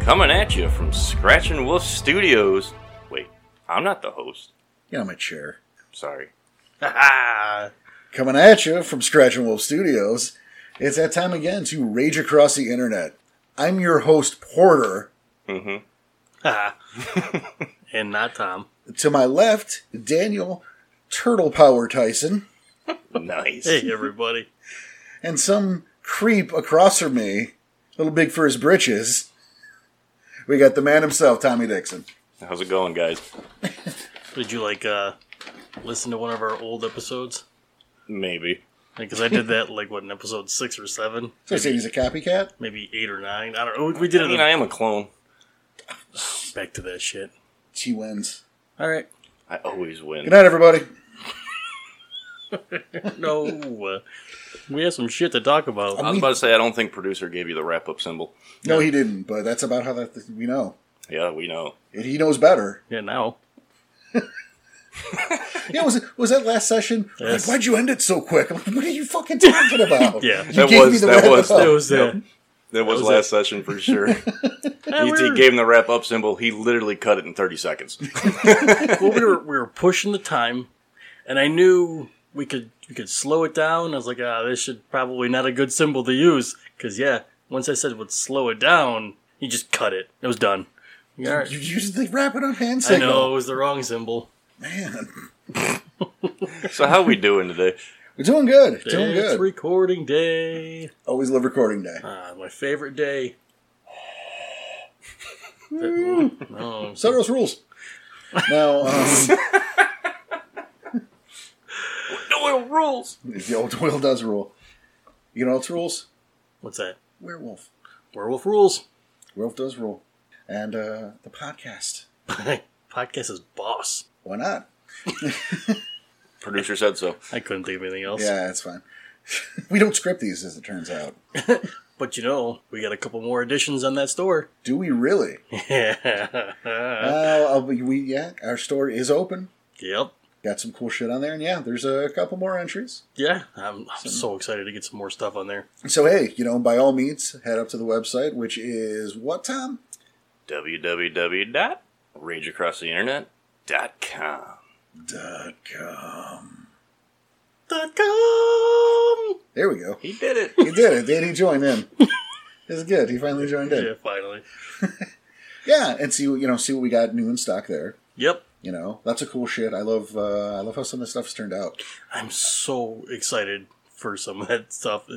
Coming at you from Scratch and Wolf Studios. Wait, I'm not the host. Get on my chair. Sorry. Coming at you from Scratch and Wolf Studios, it's that time again to rage across the internet. I'm your host, Porter. Mm-hmm. and not Tom. To my left, Daniel Turtle Power Tyson, Nice. Hey, everybody. and some creep across from me, little big for his britches. We got the man himself, Tommy Dixon. How's it going, guys? Did you like uh, listen to one of our old episodes? Maybe. Because I did that like what in episode six or seven, So you're saying he's a copycat? maybe eight or nine. I don't know. We- We did I it mean, I am a clone. back to that shit. He wins. All right. I always Good win. night, everybody. No, uh, we have some shit to talk about. I was We- about to say, I don't think producer gave you the wrap up symbol. No, he didn't, but that's about how that we know. Yeah, we know. And he knows better. Yeah, now Yeah, was it, was that last session? Yes. Like, why'd you end it so quick? I'm like, what are you fucking talking about? Yeah. you That gave me was- the that wrap was- up. it was uh, That was, was last session for sure. eh, he, we, he were, gave him the wrap up symbol. He literally cut it in 30 seconds. well, we were we were pushing the time, and I knew we could we could slow it down. I was like, ah, this should probably not a good symbol to use. Because yeah, once I said would slow it down, you just cut it. It was done. All right. You used the wrap it up hand I signal. know it was the wrong symbol. Man, so, how we doing today? we're doing good. Doing It's good. recording day. Always love recording day. Ah, my favorite day. Oh, no, So those rules. Now, um, No rules. the old Doyle does rule. You know its rules? what's that? Werewolf. Werewolf rules. Werewolf does rule. And uh, the podcast. Podcast is boss. Why not? Producer said so. I couldn't think of anything else. Yeah, that's fine. we don't script these, as it turns out. But you know, we got a couple more editions on that store. Do we really? yep. Uh, I'll be- we yeah, our store is open. Got some cool shit on there, and yeah, there's a couple more entries. Yeah, I'm, I'm so excited to get some more stuff on there. So hey, you know, by all means, head up to the website, which is what Tom? www.rageacrosstheinternet.com. Dot com. Dot com. There we go. He did it. He did it. Did he join in? It's good. He finally joined Yeah, in. finally. Yeah, and see what you know, see what we got new in stock there. Yep. You know, lots of cool shit. I love, uh, I love how some of the stuff's turned out. I'm so excited for some of that stuff.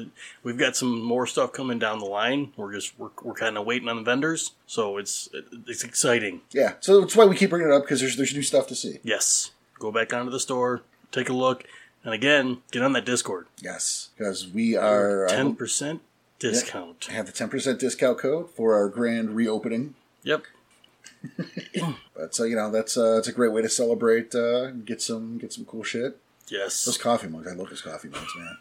We've got some more stuff coming down the line. We're just we're, we're kind of waiting on the vendors, so it's it's exciting. Yeah, so that's why we keep bringing it up because there's there's new stuff to see. Yes, go back onto the store, take a look, and again, get on that Discord. Yes, because we are. I Ten hope- percent discount. have the ten percent discount code for our grand reopening. Yep. But so you know, that's uh, that's a great way to celebrate. Uh, and get some get some cool shit. Those Yes. coffee mugs, I love those coffee mugs, man.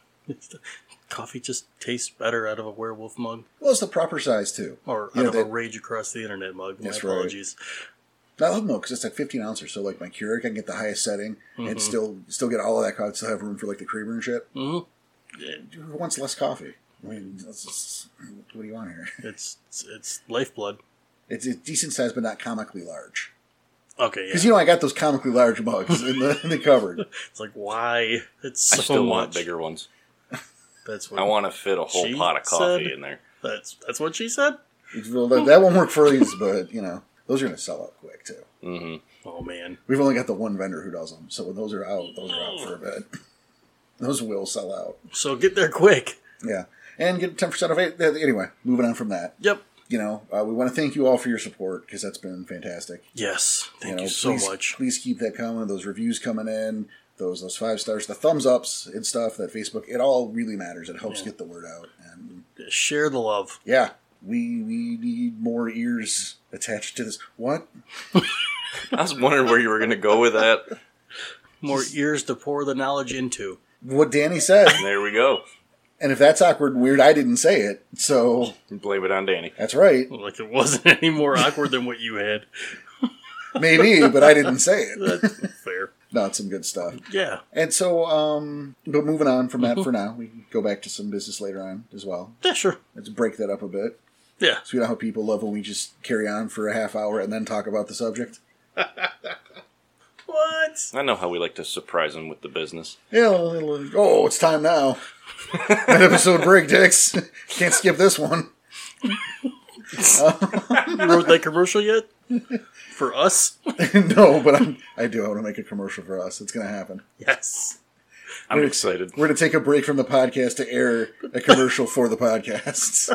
Coffee just tastes better out of a werewolf mug, Well, it's the proper size too. or Yeah, out of a they- rage across the internet mug. My That's right. apologies. I love them because it's like fifteen ounce or so. Like my Keurig, I can get the highest setting and still still get all of that coffee. Still have room for like the creamer and shit. Mhm. Who wants less coffee? I mean, that's just- what do you want here? It's it's, it's lifeblood. It's a decent size, but not comically large. Okay. Yeah. Because you know, I got those comically large mugs in the, in the cupboard. it's like why it's so I still much. want bigger ones. That's what I want to fit a whole She pot of coffee said- in there. That's that's what she said. Well, that, that won't work for these, but you know, those are going to sell out quick too. hmm Oh man, We've only got the one vendor who does them, so when those are out, those are Oh. out for a bit. Those will sell out. so get there quick. Yeah, and get ten percent of it. Anyway, moving on from that, Yep. you know, uh, we want to thank you all for your support because that's been fantastic. Yes. Thank you, know, so please, much. Please keep that coming. Those reviews coming in. Those those five stars, the thumbs ups and stuff. That Facebook, it all really matters. It helps get the word out. And Share the love. yeah, we we need more ears attached to this. What? I was wondering where you were going to go with that. More ears to pour the knowledge into. What Danny said. There we go. And if that's awkward and weird, I didn't say it. So Blame it on Danny. that's right. Like it wasn't any more awkward than what you had. Maybe, but I didn't say it. That's fair. No, it's some good stuff. Yeah. And so, um, but moving on from that for now, we can go back to some business later on as well. Yeah. Sure. Let's break that up a bit. Yeah. So you know how people love when we just carry on for a half hour and then talk about the subject. What? I know how we like to surprise them with the business. Yeah. well, it'll- Oh, it's time now. that episode break, dicks. Can't skip this one. You wrote that commercial yet? For us? no, but I'm, I do. I want to make a commercial for us. It's going to happen. Yes. I'm excited. We're going to take a break from the podcast to air a commercial for the podcast.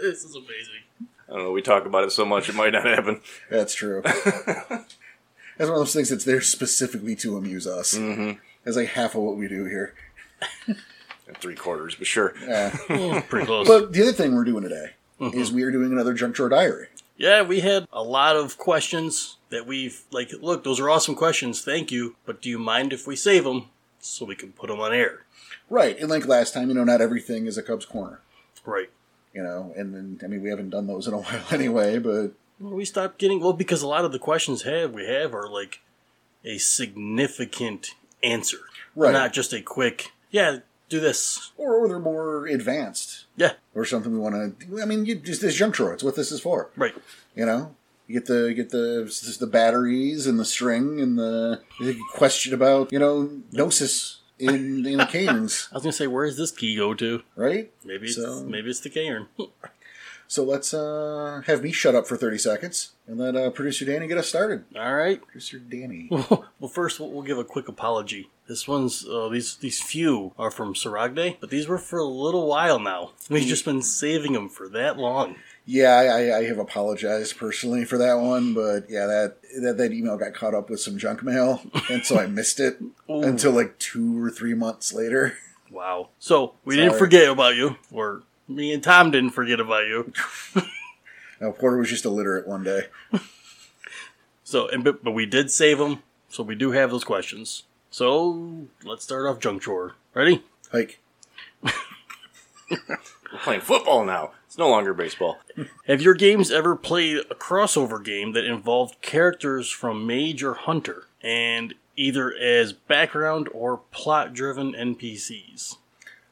This is amazing. I don't know. We talk about it so much, it might not happen. That's true. That's one of those things that's there specifically to amuse us. Mm-hmm. That's like half of what we do here. Three quarters, but sure. Yeah. Pretty close. but the other thing we're doing today is we are doing another junk drawer diary. yeah, we had a lot of questions that we've, like, look, those are awesome questions. Thank you. But do you mind if we save them so we can put them on air? Right. And like last time, you know, not everything is a Cubs corner. Right. You know, and then, I mean, we haven't done those in a while anyway, but Well, we stopped getting, well, because a lot of the questions have we have are like a significant answer. Right. Not just a quick, yeah, do this. or, or they're more advanced Yeah. or something we want to. I mean, you, just this junk drawer. It's what this is for. Right. You know, you get the get the just the batteries and the string and the, the question about you know gnosis in in Canes, I was going to say, where does this key go to? right? Maybe it's, So- maybe it's the cairn. So let's uh, have me shut up for thirty seconds and let uh, producer Danny get us started. All right. Producer Danny, Well, first we'll, we'll give a quick apology. This one's uh, these these few are from Saragne, but these were for a little while now. We've just been saving them for that long. yeah, I, I, I have apologized personally for that one, but yeah, that, that that email got caught up with some junk mail, and so I missed it until like two or three months later. Wow. So we Sorry. didn't forget about you, or me and Tom didn't forget about you. Now Porter was just illiterate one day. So, and but, but we did save them, so we do have those questions. So let's start off junk drawer. Ready? Like, We're playing football now. It's no longer baseball. Have your games ever played a crossover game that involved characters from Mage or Hunter, and either as background or plot driven NPCs?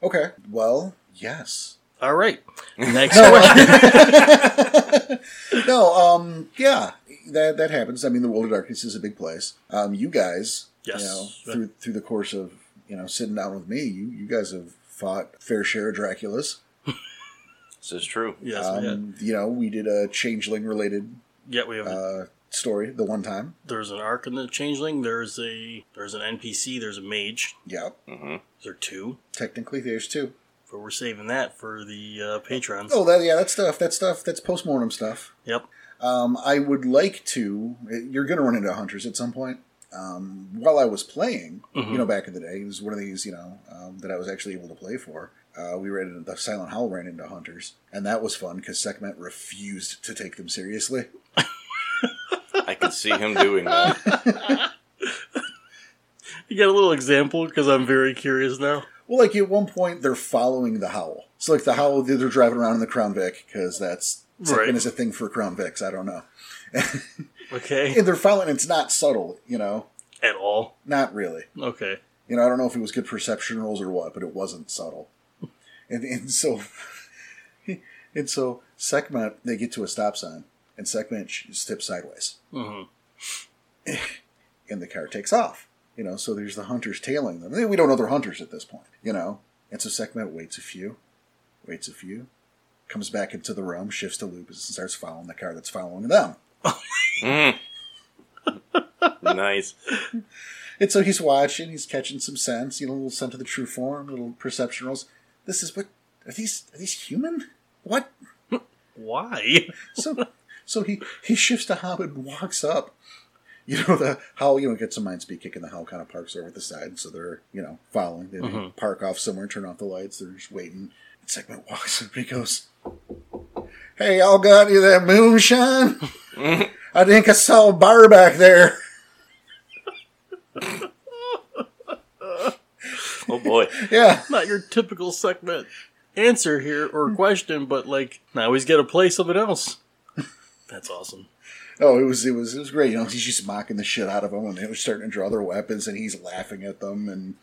okay, well, yes. All right. Next question. Um, No, um, yeah, that that happens. I mean, the World of Darkness is a big place. Um, you guys, Yes. you know, through through the course of you know sitting down with me, you you guys have fought a fair share of Draculas. This is true. Yes, we had. Um, you know, we did a changeling related Yeah, we have. uh, story the one time. there's an arc in the Changeling. There's a there's an NPC. There's a mage. Yeah, There are two. technically there's two. But we're saving that for the uh, patrons. Oh, that yeah, that stuff, that stuff, that's postmortem stuff. Yep. Um, I would like to. You're going to run into hunters at some point. Um, while I was playing, you know, back in the day, it was one of these, you know, um, that I was actually able to play for. Uh, we ran into the Silent Howl ran into hunters, and that was fun because Sekhmet refused to take them seriously. I can see him doing that. You got a little example because I'm very curious now. Well, like at one point, they're following the Howl. So, like the Howl, they're they're driving around in the Crown Vic because that's Sekhmet Right. is a thing for Crown Vics. I don't know, Okay. and they're following. It's not subtle, you know, At all. not really. Okay. You know, I don't know if it was good perception rolls or what, but it wasn't subtle. And and so, and so Sekhmet, they get to a stop sign, and Sekhmet sh- steps sideways, hmm and the car takes off. You know, so there's the hunters tailing them. We don't know they're hunters at this point. You know, and so Sekhmet waits a few, waits a few, comes back into the room, shifts to Lupus, and starts following the car that's following them. Mm-hmm. nice. And so he's watching, he's catching some sense, you know, a little sense of the true form, little perception rolls. This is what are these? Are these human? What? Why? so so he he shifts to how and walks up. You know the how you know gets a mind speed kick and the how kind of parks over at the side, so they're you know following. They park off somewhere, turn off the lights. They're just waiting. And Segment walks up and he goes, "Hey, y'all got any of that moonshine? I think I saw a bar back there." Oh boy. Yeah, Not your typical segment answer here or question, but like I always got to play something else. That's awesome. oh, it was it was it was great. You know, he's just mocking the shit out of them, and they were starting to draw their weapons, and he's laughing at them, and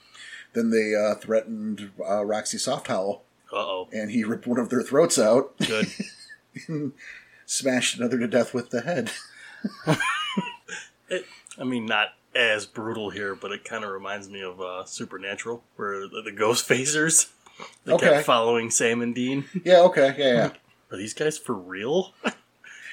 then they uh, threatened uh, Roxy Soft Howl. Uh oh. and he ripped one of their throats out, Good. smashed another to death with the head. It, I mean, not as brutal here, but it kind of reminds me of uh, Supernatural, where the, the ghost phasers they Okay. kept following Sam and Dean. yeah, okay, yeah, yeah. Are these guys for real?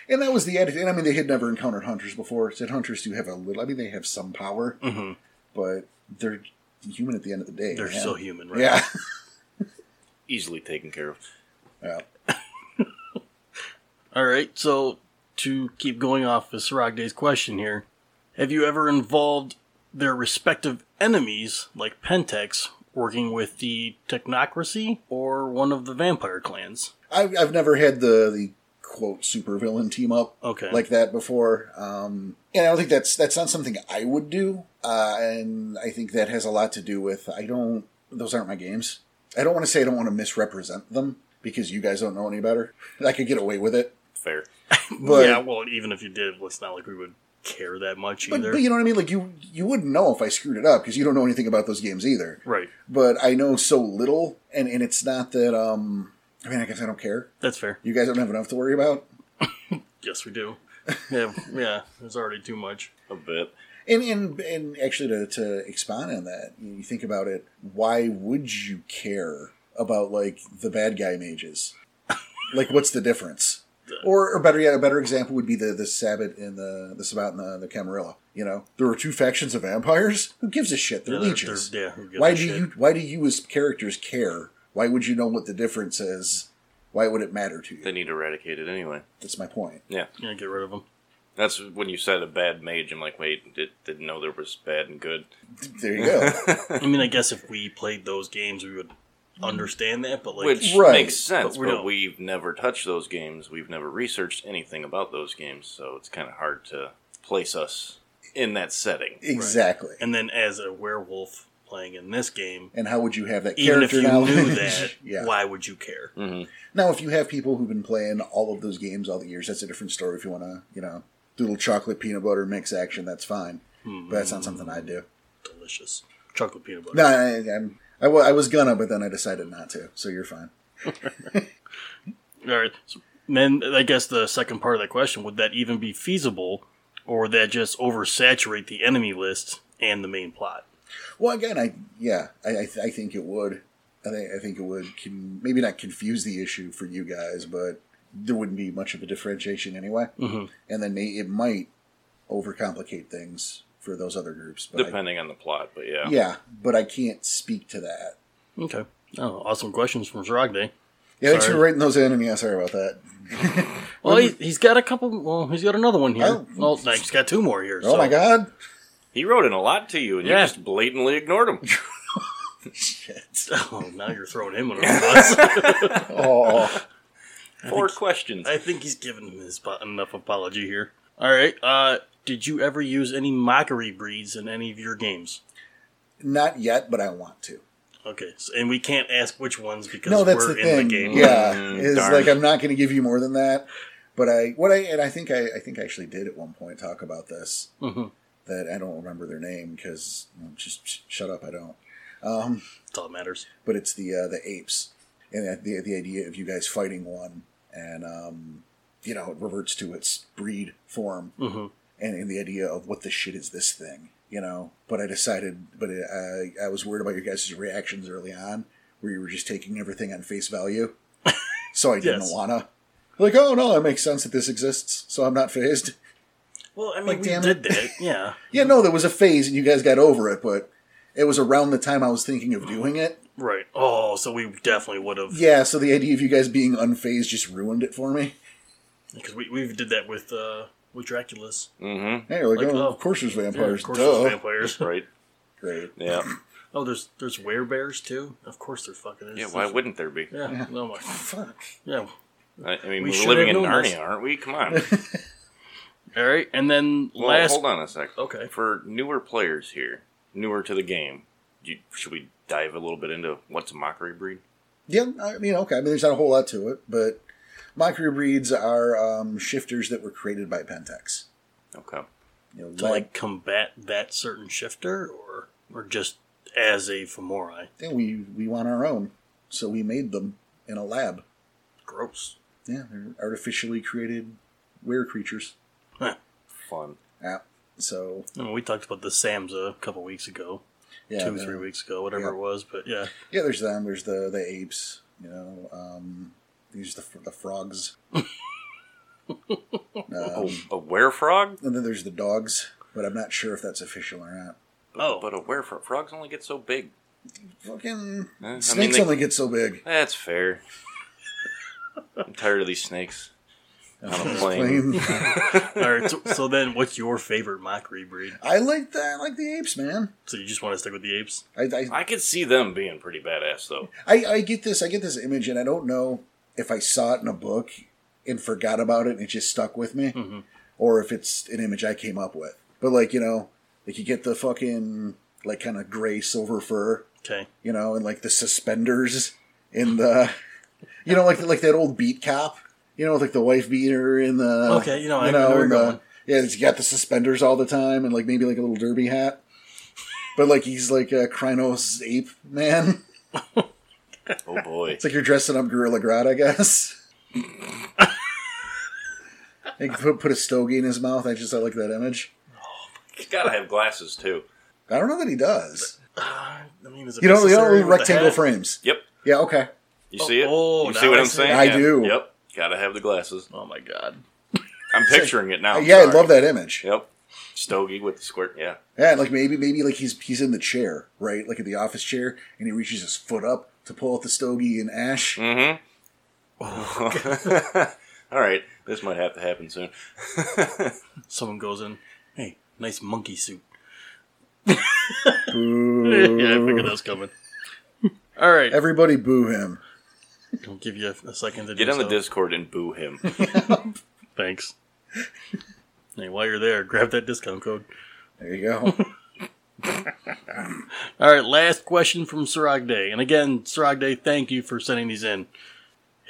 And that was the attitude. And I mean, they had never encountered hunters before. Said hunters do have a little. I mean, they have some power, Mm-hmm. but they're human at the end of the day. They're man. so human, right? Yeah. Easily taken care of. yeah. All right. So to keep going off of Saragde's question here, have you ever involved their respective enemies, like Pentex, working with the technocracy or one of the vampire clans? I've, I've never had the the quote supervillain team up Okay. like that before. Um, and I don't think that's that's not something I would do. Uh, and I think that has a lot to do with I don't those aren't my games. I don't want to say I don't want to misrepresent them because you guys don't know any better. I could get away with it, Fair. but yeah. Well, even if you did, it's not like we would care that much but, either. but you know what I mean. Like you you wouldn't know if I screwed it up because you don't know anything about those games either. right. But I know so little, and and it's not that. Um, I mean, I guess I don't care. That's fair. You guys don't have enough to worry about. Yes, we do. yeah. Yeah. There's already too much. A bit. And and and actually, to to expand on that, you think about it. Why would you care about like the bad guy mages? like, what's the difference? Or, or better yet, a better example would be the the Sabbat and the the Sabbat and the, the Camarilla. You know, there are two factions of vampires. Who gives a shit? They're Yeah, they're- legions. they're- yeah, who gives why a do shit? you Why do you as characters care? Why would you know what the difference is? Why would it matter to They you? need eradicated anyway. That's my point. Yeah. Yeah. Get rid of them. That's when you said a bad mage. I'm like, wait, did, didn't know there was bad and good. There you go. I mean, I guess if we played those games, we would understand that. But like, Which Right. makes sense, but, But we don't. we've never touched those games. We've never researched anything about those games, so it's kind of hard to place us in that setting. exactly. and then as a werewolf playing in this game, And how would you have that even if character you knowledge? knew that, yeah. why would you care? Now, if you have people who've been playing all of those games all the years, that's a different story. If you want to, you know, do a little chocolate peanut butter mix action, that's fine. But that's not something I do. Delicious chocolate peanut butter. No, I, I'm, I, wa- I was gonna, but then I decided not to. So you're fine. All right. So then I guess the second part of that question would that even be feasible, or would that just oversaturate the enemy list and the main plot? Well, again, I yeah, I I, th- I think it would. I think I think it would can, maybe not confuse the issue for you guys, but there wouldn't be much of a differentiation anyway. Mm-hmm. And then may, it might overcomplicate things for those other groups. But I- Depending on the plot, but yeah. yeah, but I can't speak to that. Okay. Oh, awesome questions from Zaragde. Yeah, thanks Sorry. for writing those in, and yeah, sorry about that. Well, he, he's got a couple. Well, he's got another one here. Oh. Well, no, he's got two more here. Oh so- my god! He wrote in a lot to you, and Yeah. you just blatantly ignored him. Shit. Oh, now you're throwing him under the bus. Oh, Four questions. I think he's given him his po- enough apology here. All right. Uh, did you ever use any mockery breeds in any of your games? not yet, but I want to. Okay, so, and we can't ask which ones because No, that's we're the in thing. the game. Yeah, Mm, is darn. like I'm not going to give you more than that. But I, what I, and I think I, I think I actually did at one point talk about this. Mhm. That I don't remember their name because just sh- shut up, I don't. Um, That's all that matters. But it's the uh, the apes and that- the the idea of you guys fighting one and um, you know it reverts to its breed form. hmm and, and the idea of what the shit is this thing, you know. But I decided, but I, I was worried about your guys' reactions early on, where you were just taking everything on face value. so I didn't Yes. wanna. Like, oh no, it makes sense that this exists, so I'm not phased. Well, I mean, Like, we damn did that. Yeah, Yeah, no, there was a phase and you guys got over it, but it was around the time I was thinking of doing it. right. Oh, so we definitely would have Yeah, so the idea of you guys being unfazed just ruined it for me. because we we did that with uh with Dracula's. Mm-hmm. Hey, like, Like, oh, oh, of course there's Yeah, vampires. of course, duh. there's vampires. Right. Great. Yeah. Oh, there's there's werebears too. Of course, there fucking is. Yeah. Why wouldn't there be? Yeah. No, my. Fuck. Yeah. I, I mean, We we should are living have in known Narnia, this. aren't we? Come on. All right, and then Well, last. hold on a sec. Okay. For newer players here, newer to the game, do you, should we dive a little bit into what's a mockery breed? Yeah, I mean, okay. I mean, there's not a whole lot to it, but mockery breeds are um, shifters that were created by Pentex. Okay. You know, to like combat that certain shifter or or just as a femori like, we we want our own, so we made them. in a lab. Gross. Yeah, they're artificially created weird creatures. Fun. Yeah. So I mean, we talked about the Sams a couple weeks ago, yeah, two, the- three weeks ago, whatever yeah. it was. But yeah, Yeah, there's them. There's the the apes. You know, um, these the fr- the frogs. Uh, Oh, um, a werefrog? and then there's the dogs, but I'm not sure if that's official or not. Oh. But a werefrog. Frogs only get so big. Fucking Uh, Eh, I mean, snakes they- only get so big. That's fair. I'm tired of these snakes. On a plane. Plain. all right. So, so then, what's your favorite mockery breed? I like that. I like the apes, man. So you just want to stick with the apes? I, I I could see them being pretty badass, though. I, I get this. I get this image, and I don't know if I saw it in a book and forgot about it, and it just stuck with me, or if it's an image I came up with. But like you know, like you get the fucking like kind of gray silver fur, Okay. you know, and like the suspenders in the, you know, like like that old beat cop, you know, like the wife beater in the. Okay, you know, I know where and you're the- going. yeah, he's got the suspenders all the time, and like maybe like a little derby hat. But like he's like a Krynos ape man. Oh boy. It's like you're dressing up Gorilla Grodd, I guess. They put, put a stogie in his mouth. I just I like that image. He's gotta have glasses, too. I don't know that he does. Uh, I mean, is it You don't you necessary don't with the rectangle hat? frames. Yep. Yeah, okay. You see it? Oh, you now see what I I'm see. saying? I do. Yep. Gotta have the glasses. Oh my god. I'm picturing it now. yeah, I sorry. love that image. Yep. Stogie with the squirt. Yeah. Yeah, and, like maybe maybe like he's he's in the chair, right? Like in the office chair, and he reaches his foot up to pull out the stogie and ash. Mm hmm. All right. This might have to happen soon. Someone goes in. Hey, nice monkey suit. yeah, Boo. I figured that was coming. All right. Everybody boo him. I'll give you a second to Get do on the so. Discord and boo him. Thanks. hey, while you're there, grab that discount code. There you go. All right, last question from Sirag Day. And again, Sirag Day, thank you for sending these in.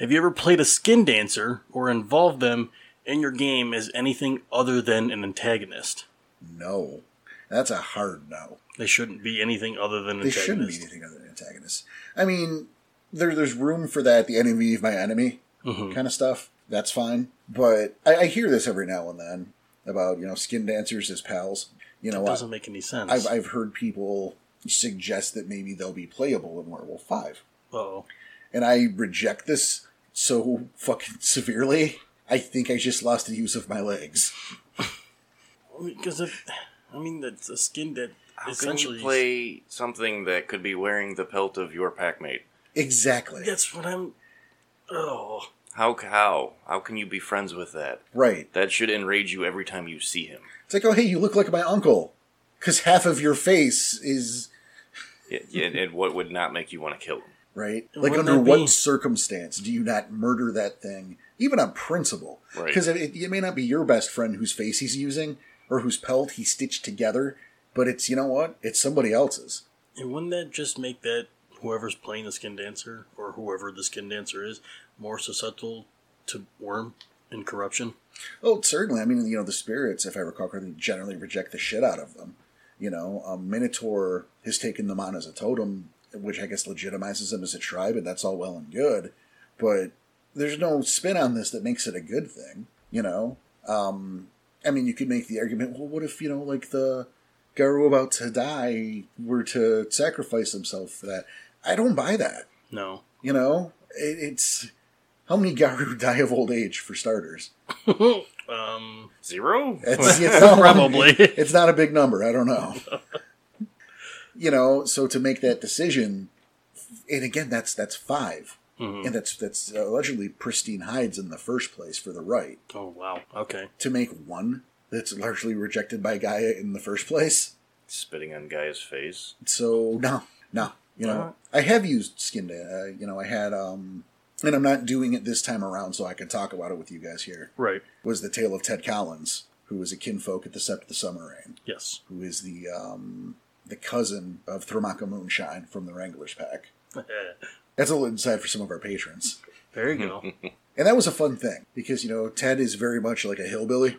Have you ever played a skin dancer or involved them in your game as anything other than an antagonist? no, that's a hard no. They shouldn't be anything other than an They antagonist. shouldn't be anything other than antagonists. I mean, there, there's room for that. The enemy of my enemy Mm-hmm. kind of stuff. That's fine. But I, I hear this every now and then about you know skin dancers as pals. You know, I, Doesn't make any sense. I've I've heard people suggest that maybe they'll be playable in Werewolf Five, oh, and I reject this so fucking severely. I think I just lost the use of my legs. because if I mean that's a skin that How can essentially you play something that could be wearing the pelt of your pack mate? Exactly. That's what I'm. Oh, How how how can you be friends with that? Right. That should enrage you every time you see him. It's like, oh hey, you look like my uncle, because half of your face is Yeah, yeah, and, and what would not make you want to kill him? right? Like wouldn't under that what be- circumstance do you not murder that thing, even on principle? Right. Because it, it may not be your best friend whose face he's using or whose pelt he stitched together, but it's you know what? It's somebody else's. and wouldn't that just make that whoever's playing the skin dancer or whoever the skin dancer is more susceptible to worm and corruption? Oh, certainly. I mean, you know, the spirits, if I recall correctly, generally reject the shit out of them. You know, um, Minotaur has taken them on as a totem, which I guess legitimizes them as a tribe, and that's all well and good. But there's no spin on this that makes it a good thing. You know, um, I mean, you could make the argument. Well, what if you know, like the Garu about to die were to sacrifice himself for that? I don't buy that. No, You know, it, it's how many Garu die of old age for starters. um, Zero? It's, it's not Probably. It's not a big number. I don't know. you know, so to make that decision, and again, that's that's 5 and that's that's allegedly pristine hides in the first place for the right oh wow, okay, to make one that's largely rejected by Gaia in the first place. Spitting on Gaia's face. So no, no, you know, I have used skin. Da- uh, you know, I had, um and I'm not doing it this time around, so I can talk about it with you guys here. right, Was the tale of Ted Collins, who was a kinfolk at the Sept of the Summer Rain. yes, who is the um, the cousin of Thermaka Moonshine from the Wranglers pack. That's a little inside for some of our patrons. there you go. And that was a fun thing because you know Ted is very much like a hillbilly,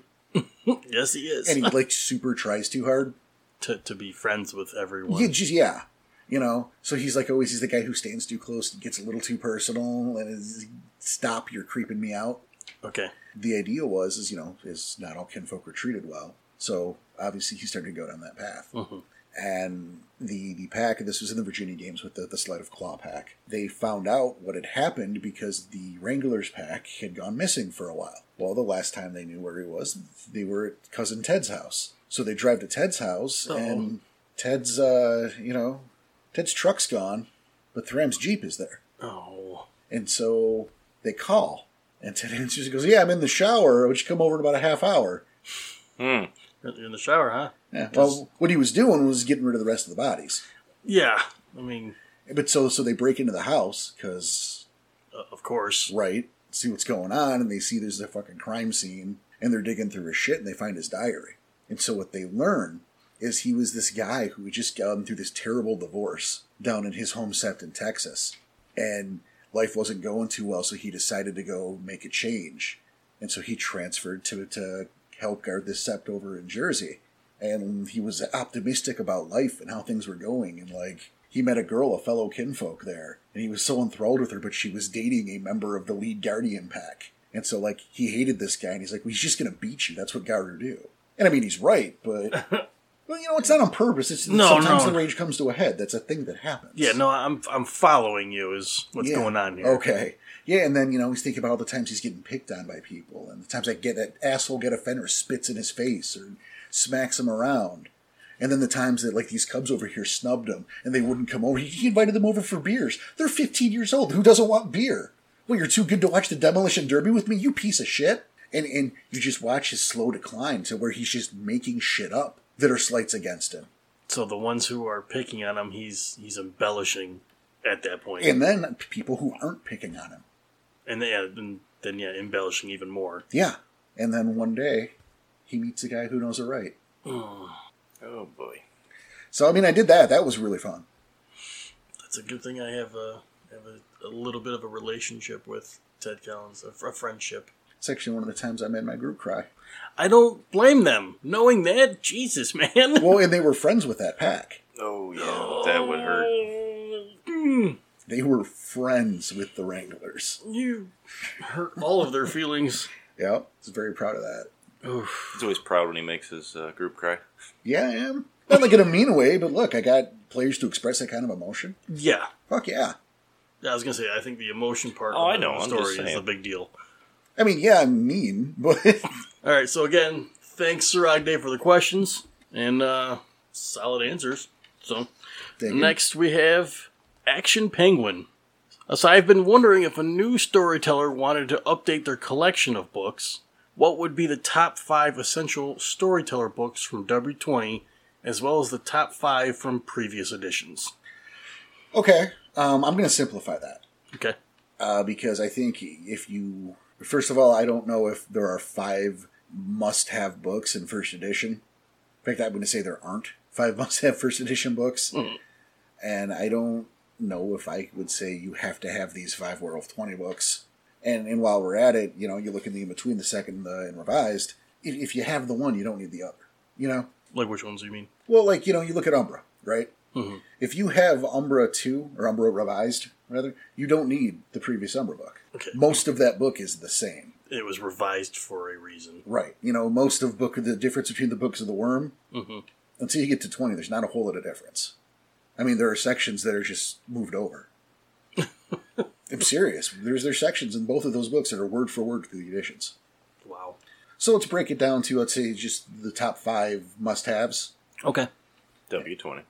yes, he is and he like super tries too hard. to to be friends with everyone. Yeah, just yeah. You know, so he's like always he's the guy who stands too close and gets a little too personal and is stop you're creeping me out. Okay. The idea was is you know is not all kinfolk are treated well, so obviously he's starting to go down that path. Mm-hmm. And the the pack this was in the Virginia games with the the sleight of claw pack. They found out what had happened because the Wranglers pack had gone missing for a while. Well, the last time they knew where he was, they were at cousin Ted's house. So they drive to Ted's house Oh. and Ted's uh you know Ted's truck's gone, but Thram's Jeep is there. Oh. And so they call. And Ted answers and goes, Yeah, I'm in the shower. Would you come over in about a half hour? Hmm. You're in the shower, huh? Yeah, well, what he was doing was getting rid of the rest of the bodies. Yeah. I mean, But so so they break into the house because uh, of course. right see what's going on, and they see there's a fucking crime scene, and they're digging through his shit, and they find his diary. And so what they learn is he was this guy who had just gone through this terrible divorce down in his home set in Texas, and life wasn't going too well, so he decided to go make a change, and so he transferred to to help guard this sept over in Jersey. and he was optimistic about life and how things were going and like he met a girl a fellow kinfolk there and he was so enthralled with her but she was dating a member of the lead guardian pack and so like he hated this guy and he's like well, he's just gonna beat you that's what Garu do and i mean he's right but well you know it's not on purpose it's No, sometimes no. the rage comes to a head that's a thing that happens Yeah, no, I'm I'm following you is what's Yeah. going on here. Okay. Yeah, and then you know he's thinking about all the times he's getting picked on by people, and the times that get that asshole get offended or spits in his face or smacks him around, and then the times that like these cubs over here snubbed him and they wouldn't come over. He, he invited them over for beers. They're 15 years old. Who doesn't want beer? Well, you're too good to watch the demolition derby with me, you piece of shit. And and you just watch his slow decline to where he's just making shit up that are slights against him. So the ones who are picking on him, he's he's embellishing at that point. And then people who aren't picking on him. and then, yeah, then, then yeah, embellishing even more. Yeah. And then one day, he meets a guy who knows it right. Oh boy. So, I mean, I did that. That was really fun. That's a good thing I have a have a, a little bit of a relationship with Ted Collins, a, fr- a friendship. It's actually one of the times I made my group cry. I don't blame them. Knowing that, Jesus, man. Well, and they were friends with that pack. Oh yeah, that would hurt. Mm, They were friends with the Wranglers. you hurt all of their feelings. Yep. I was very proud of that. Oof. He's always proud when he makes his uh, group cry. Yeah, I am. Not like in a mean way, but look, I got players to express that kind of emotion. Yeah. Fuck yeah. Yeah, I was gonna say. I think the emotion part Oh, of I know, the I'm just story is saying. the big deal. I mean, yeah, I'm mean, but All right. So again, thanks, Sir Agde, for the questions and uh, solid answers. So Thank you. next we have Action Penguin. So I've been wondering if a new storyteller wanted to update their collection of books, what would be the top five essential storyteller books from W20, as well as the top five from previous editions? okay. Um, I'm going to simplify that. Okay. uh, because I think if you first of all, I don't know if there are five must-have books in first edition. In fact, I'm going to say there aren't five must-have first edition books, and I don't know if I would say you have to have these five Werewolf Twenty books. And and while we're at it, you know, you look in the in between the second and, the, and revised. If, if you have the one, you don't need the other. You know, Like which ones do you mean? well, like you know, you look at Umbra, right? If you have Umbra two or Umbra revised, rather, you don't need the previous Umbra book. Okay. Most of that book is the same, It was revised for a reason. right? You know, most of book the difference between the books of the Worm until you get to twenty, there's not a whole lot of difference. I mean, there are sections that are just moved over. I'm serious. There's there's sections in both of those books that are word for word through the editions. Wow. So let's break it down to let's say just the top five must-haves. Okay. W twenty,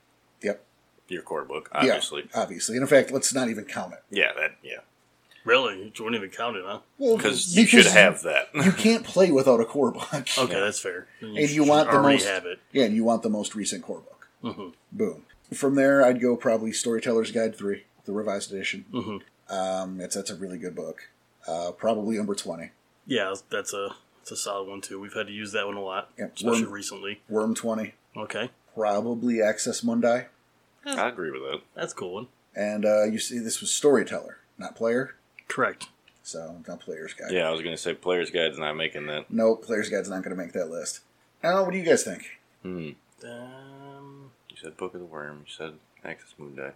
Yep. your core book, Yeah, obviously. obviously. And in fact, let's not even count it. Yeah, that yeah, Really? You wouldn't even count it, huh? Well, because you should have that. you can't play without a core book. Okay, that's fair. Then And you should want the already most. have it. Mm-hmm, Yeah, and you want the most recent core book. Boom. From there, I'd go probably Storyteller's Guide three, the revised edition. mm-hmm. Um, it's that's a really good book. Uh, probably number twenty. Yeah, that's a that's a solid one too. We've had to use that one a lot, Yeah, especially one- recently. Worm twenty. Okay, Probably Access Mundi. I agree with that. that's a cool one. And uh, you see, this was Storyteller, not Player. Correct. So not Player's Guide. Yeah, I was gonna say player's guide's not making that. No, Player's Guide's not going to make that list. I don't know. What do you guys think? Hmm. Um, You said Book of the Worm. You said Axis Moon Die.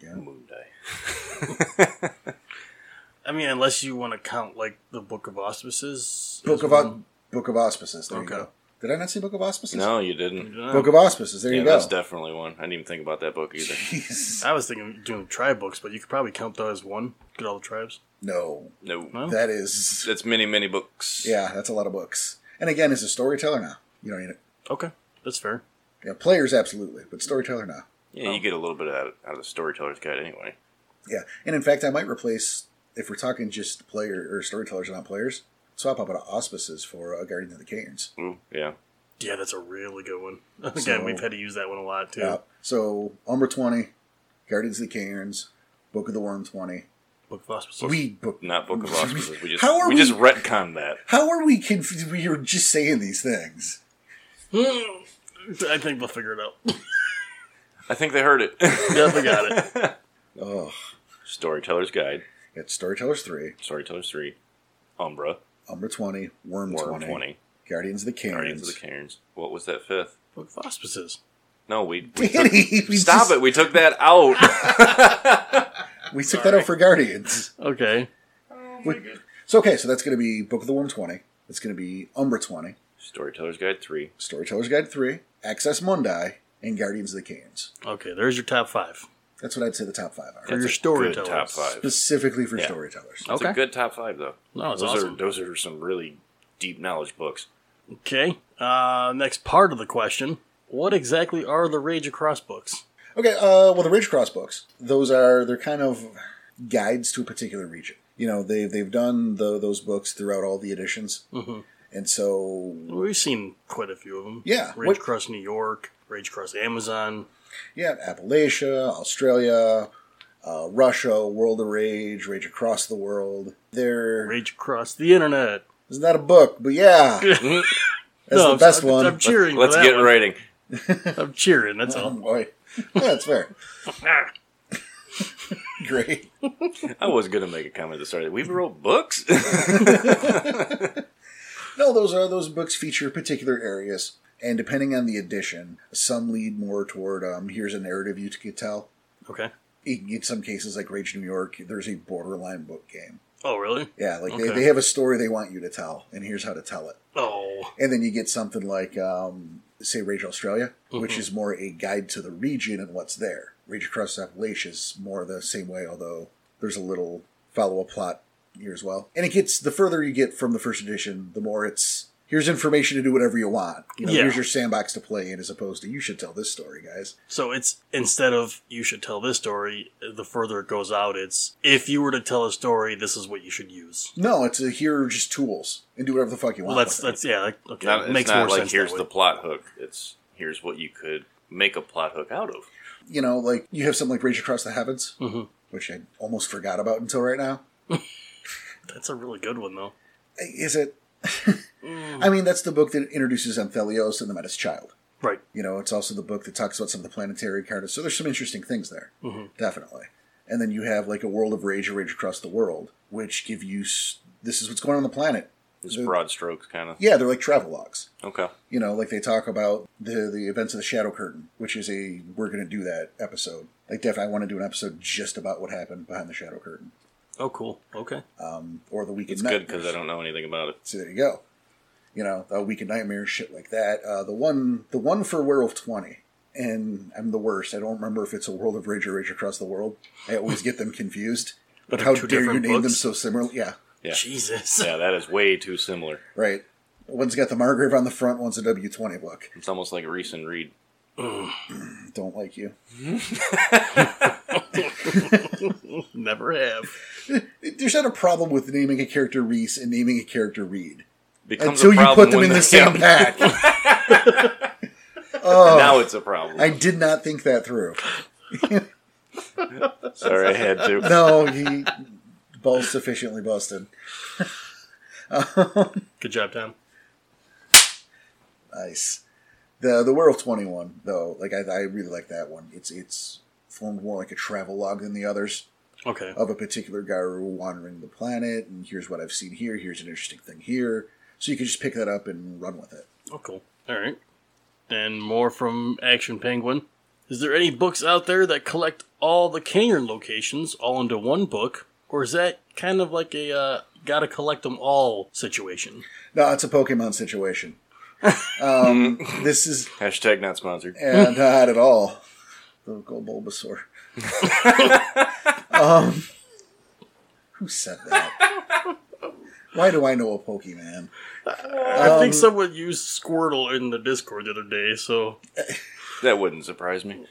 Yeah. Moon Die. I mean, unless you want to count like the Book of Auspices. Book as of one. Au- Book of Auspices. There Okay. you go. Did I not see Book of Auspices? No, you didn't. Yeah. Book of Auspices. There Yeah, you go. that's definitely one. I didn't even think about that book either. Jeez. I was thinking of doing tribe books, but you could probably count that as one. Get all the tribes. No, No. No? that is That's many, many books. yeah, that's a lot of books. And again, as a storyteller now, you know, you know Okay, that's fair. yeah, players absolutely, but storyteller now, Yeah, Oh. you get a little bit out of, out of the storyteller's guide anyway. yeah. And in fact, I might replace if we're talking just player or storytellers, not players. Swap out auspices for uh, Guardian of the Cairns. Ooh, yeah. Yeah, that's a really good one. Again, So- we've had to use that one a lot too. Yeah. So Umbra twenty, Guardians of the Cairns, Book of the Worm twenty. Book of Auspices. We book. Not Book of Auspices. We just How are we, we- just retconned that. How are we confused? We were just saying these things. Hmm. I think we'll figure it out. I think they heard it. yeah, we got it. Oh, storyteller's guide, it's storytellers three, storyteller's three, Umbra, Umbra twenty, Worm, Worm 20, twenty, Guardians of the Cairns. Guardians of the Cairns. What was that fifth? Book of Auspices. No, we, we took- Danny, we stop just- it. We took that out. We took that out for Guardians. Okay. So okay, so that's going to be Book of the Worm twenty. It's going to be Umbra twenty, storyteller's guide three. Storyteller's Guide three, Access Mundi, and Guardians of the Cairns. Okay, there's your top five. That's what I'd say the top five are For your That's a good storytellers. top five. specifically for Yeah. Oh. storytellers. It's Okay. a good top five though. No, it's those awesome. are those are some really deep knowledge books. Okay. Uh, next part of the question. What exactly are the Rage Across books? Okay, uh, well, the Ridge Cross books, those are they're kind of guides to a particular region. You know, they they've done tho- those books throughout all the editions, mm-hmm. and so We've seen quite a few of them. Yeah. Rage What- Across New York, Rage Across Amazon. yeah, Appalachia, Australia, uh, Russia, World of Rage, Rage Across the World. They're Rage Across the Internet. It's not a book, but yeah, that's the best I'm, one. I'm cheering. Let's for that get one. writing. I'm cheering. That's Oh all. Ah. boy, yeah, that's fair. Great. I was gonna make a comment at the start. We wrote books. No, those are those books feature particular areas, and depending on the edition, some lead more toward um, here's a narrative you could tell. Okay. In in some cases, like Rage New York, there's a borderline book game. Oh, really? Yeah, like Okay. they, they have a story they want you to tell, and here's how to tell it. Oh, And then you get something like, um, say, Rage Australia, Mm-hmm. which is more a guide to the region and what's there. Rage Across Appalachia is more the same way, although there's a little follow up plot here as well. And it gets the further you get from the first edition, the more it's here's information to do whatever you want. You know, Yeah. here's your sandbox to play in, as opposed to you should tell this story, guys. so it's instead of you should tell this story. The further it goes out, it's if you were to tell a story, this is what you should use. No, it's a here are just tools and do whatever the fuck you want. Well, that's with it. that's yeah. Like, okay, Not- it it's makes not more like sense. here's that the way. plot hook. It's here's what you could make a plot hook out of. you know, like you have something like Rage Across the Heavens, Mhm. which I almost forgot about until right now. That's a really good one though. is it? Mm. I mean, that's the book that introduces Anthelios and the Metis Child. Right. You know, it's also the book that talks about some of the planetary characters. So there's some interesting things there, Mm-hmm. definitely. And then you have like a World of Rage or Rage Across the World, which give you s- this is what's going on, on the planet. Just The- broad strokes, kind of. Yeah, they're like travel logs. Okay. You know, like they talk about the the events of the Shadow Curtain, which is a we're going to do that episode. Like, def, I want to do an episode just about what happened behind the Shadow Curtain Oh, cool. Okay. um, or the Weekend It's Night. good because I don't know anything about it. So there you go. You know, a week of nightmares, shit like that. Uh, the one, the one for Werewolf Twenty, and I'm the worst. I don't remember if it's a World of Rage or Rage Across the World. I always get them confused. But They're how two dare you different name them books? so similarly? Yeah, Yeah. Jesus. Yeah, that is way too similar. right. One's got the Margrave on the front. One's a W twenty book. It's almost like Reese and Reed. Don't like you. Never have. There's not a problem with naming a character Reese and naming a character Reed Becomes until a you problem put them when in they- the same Yeah. pack. Now it's a problem. I did not think that through. Sorry, I had to. No, he both sufficiently busted. Good job, Tom. Nice. The the Werewolf Twenty One though, like I, I really like that one. It's it's formed more like a travel log than the others Okay. of a particular Garu wandering the planet, and here's what I've seen here. Here's an interesting thing here. So you can just pick that up and run with it. Oh, cool. All right. And more from Action Penguin. Is there any books out there that collect all the Canyon locations all into one book, or is that kind of like a uh, gotta collect them all situation? No, it's a Pokemon situation. Um, this is Hashtag not sponsored. uh, not at all. Little gold Bulbasaur. um, who said that? Why do I know a Pokemon? I Um, think someone used Squirtle in the Discord the other day, so That wouldn't surprise me.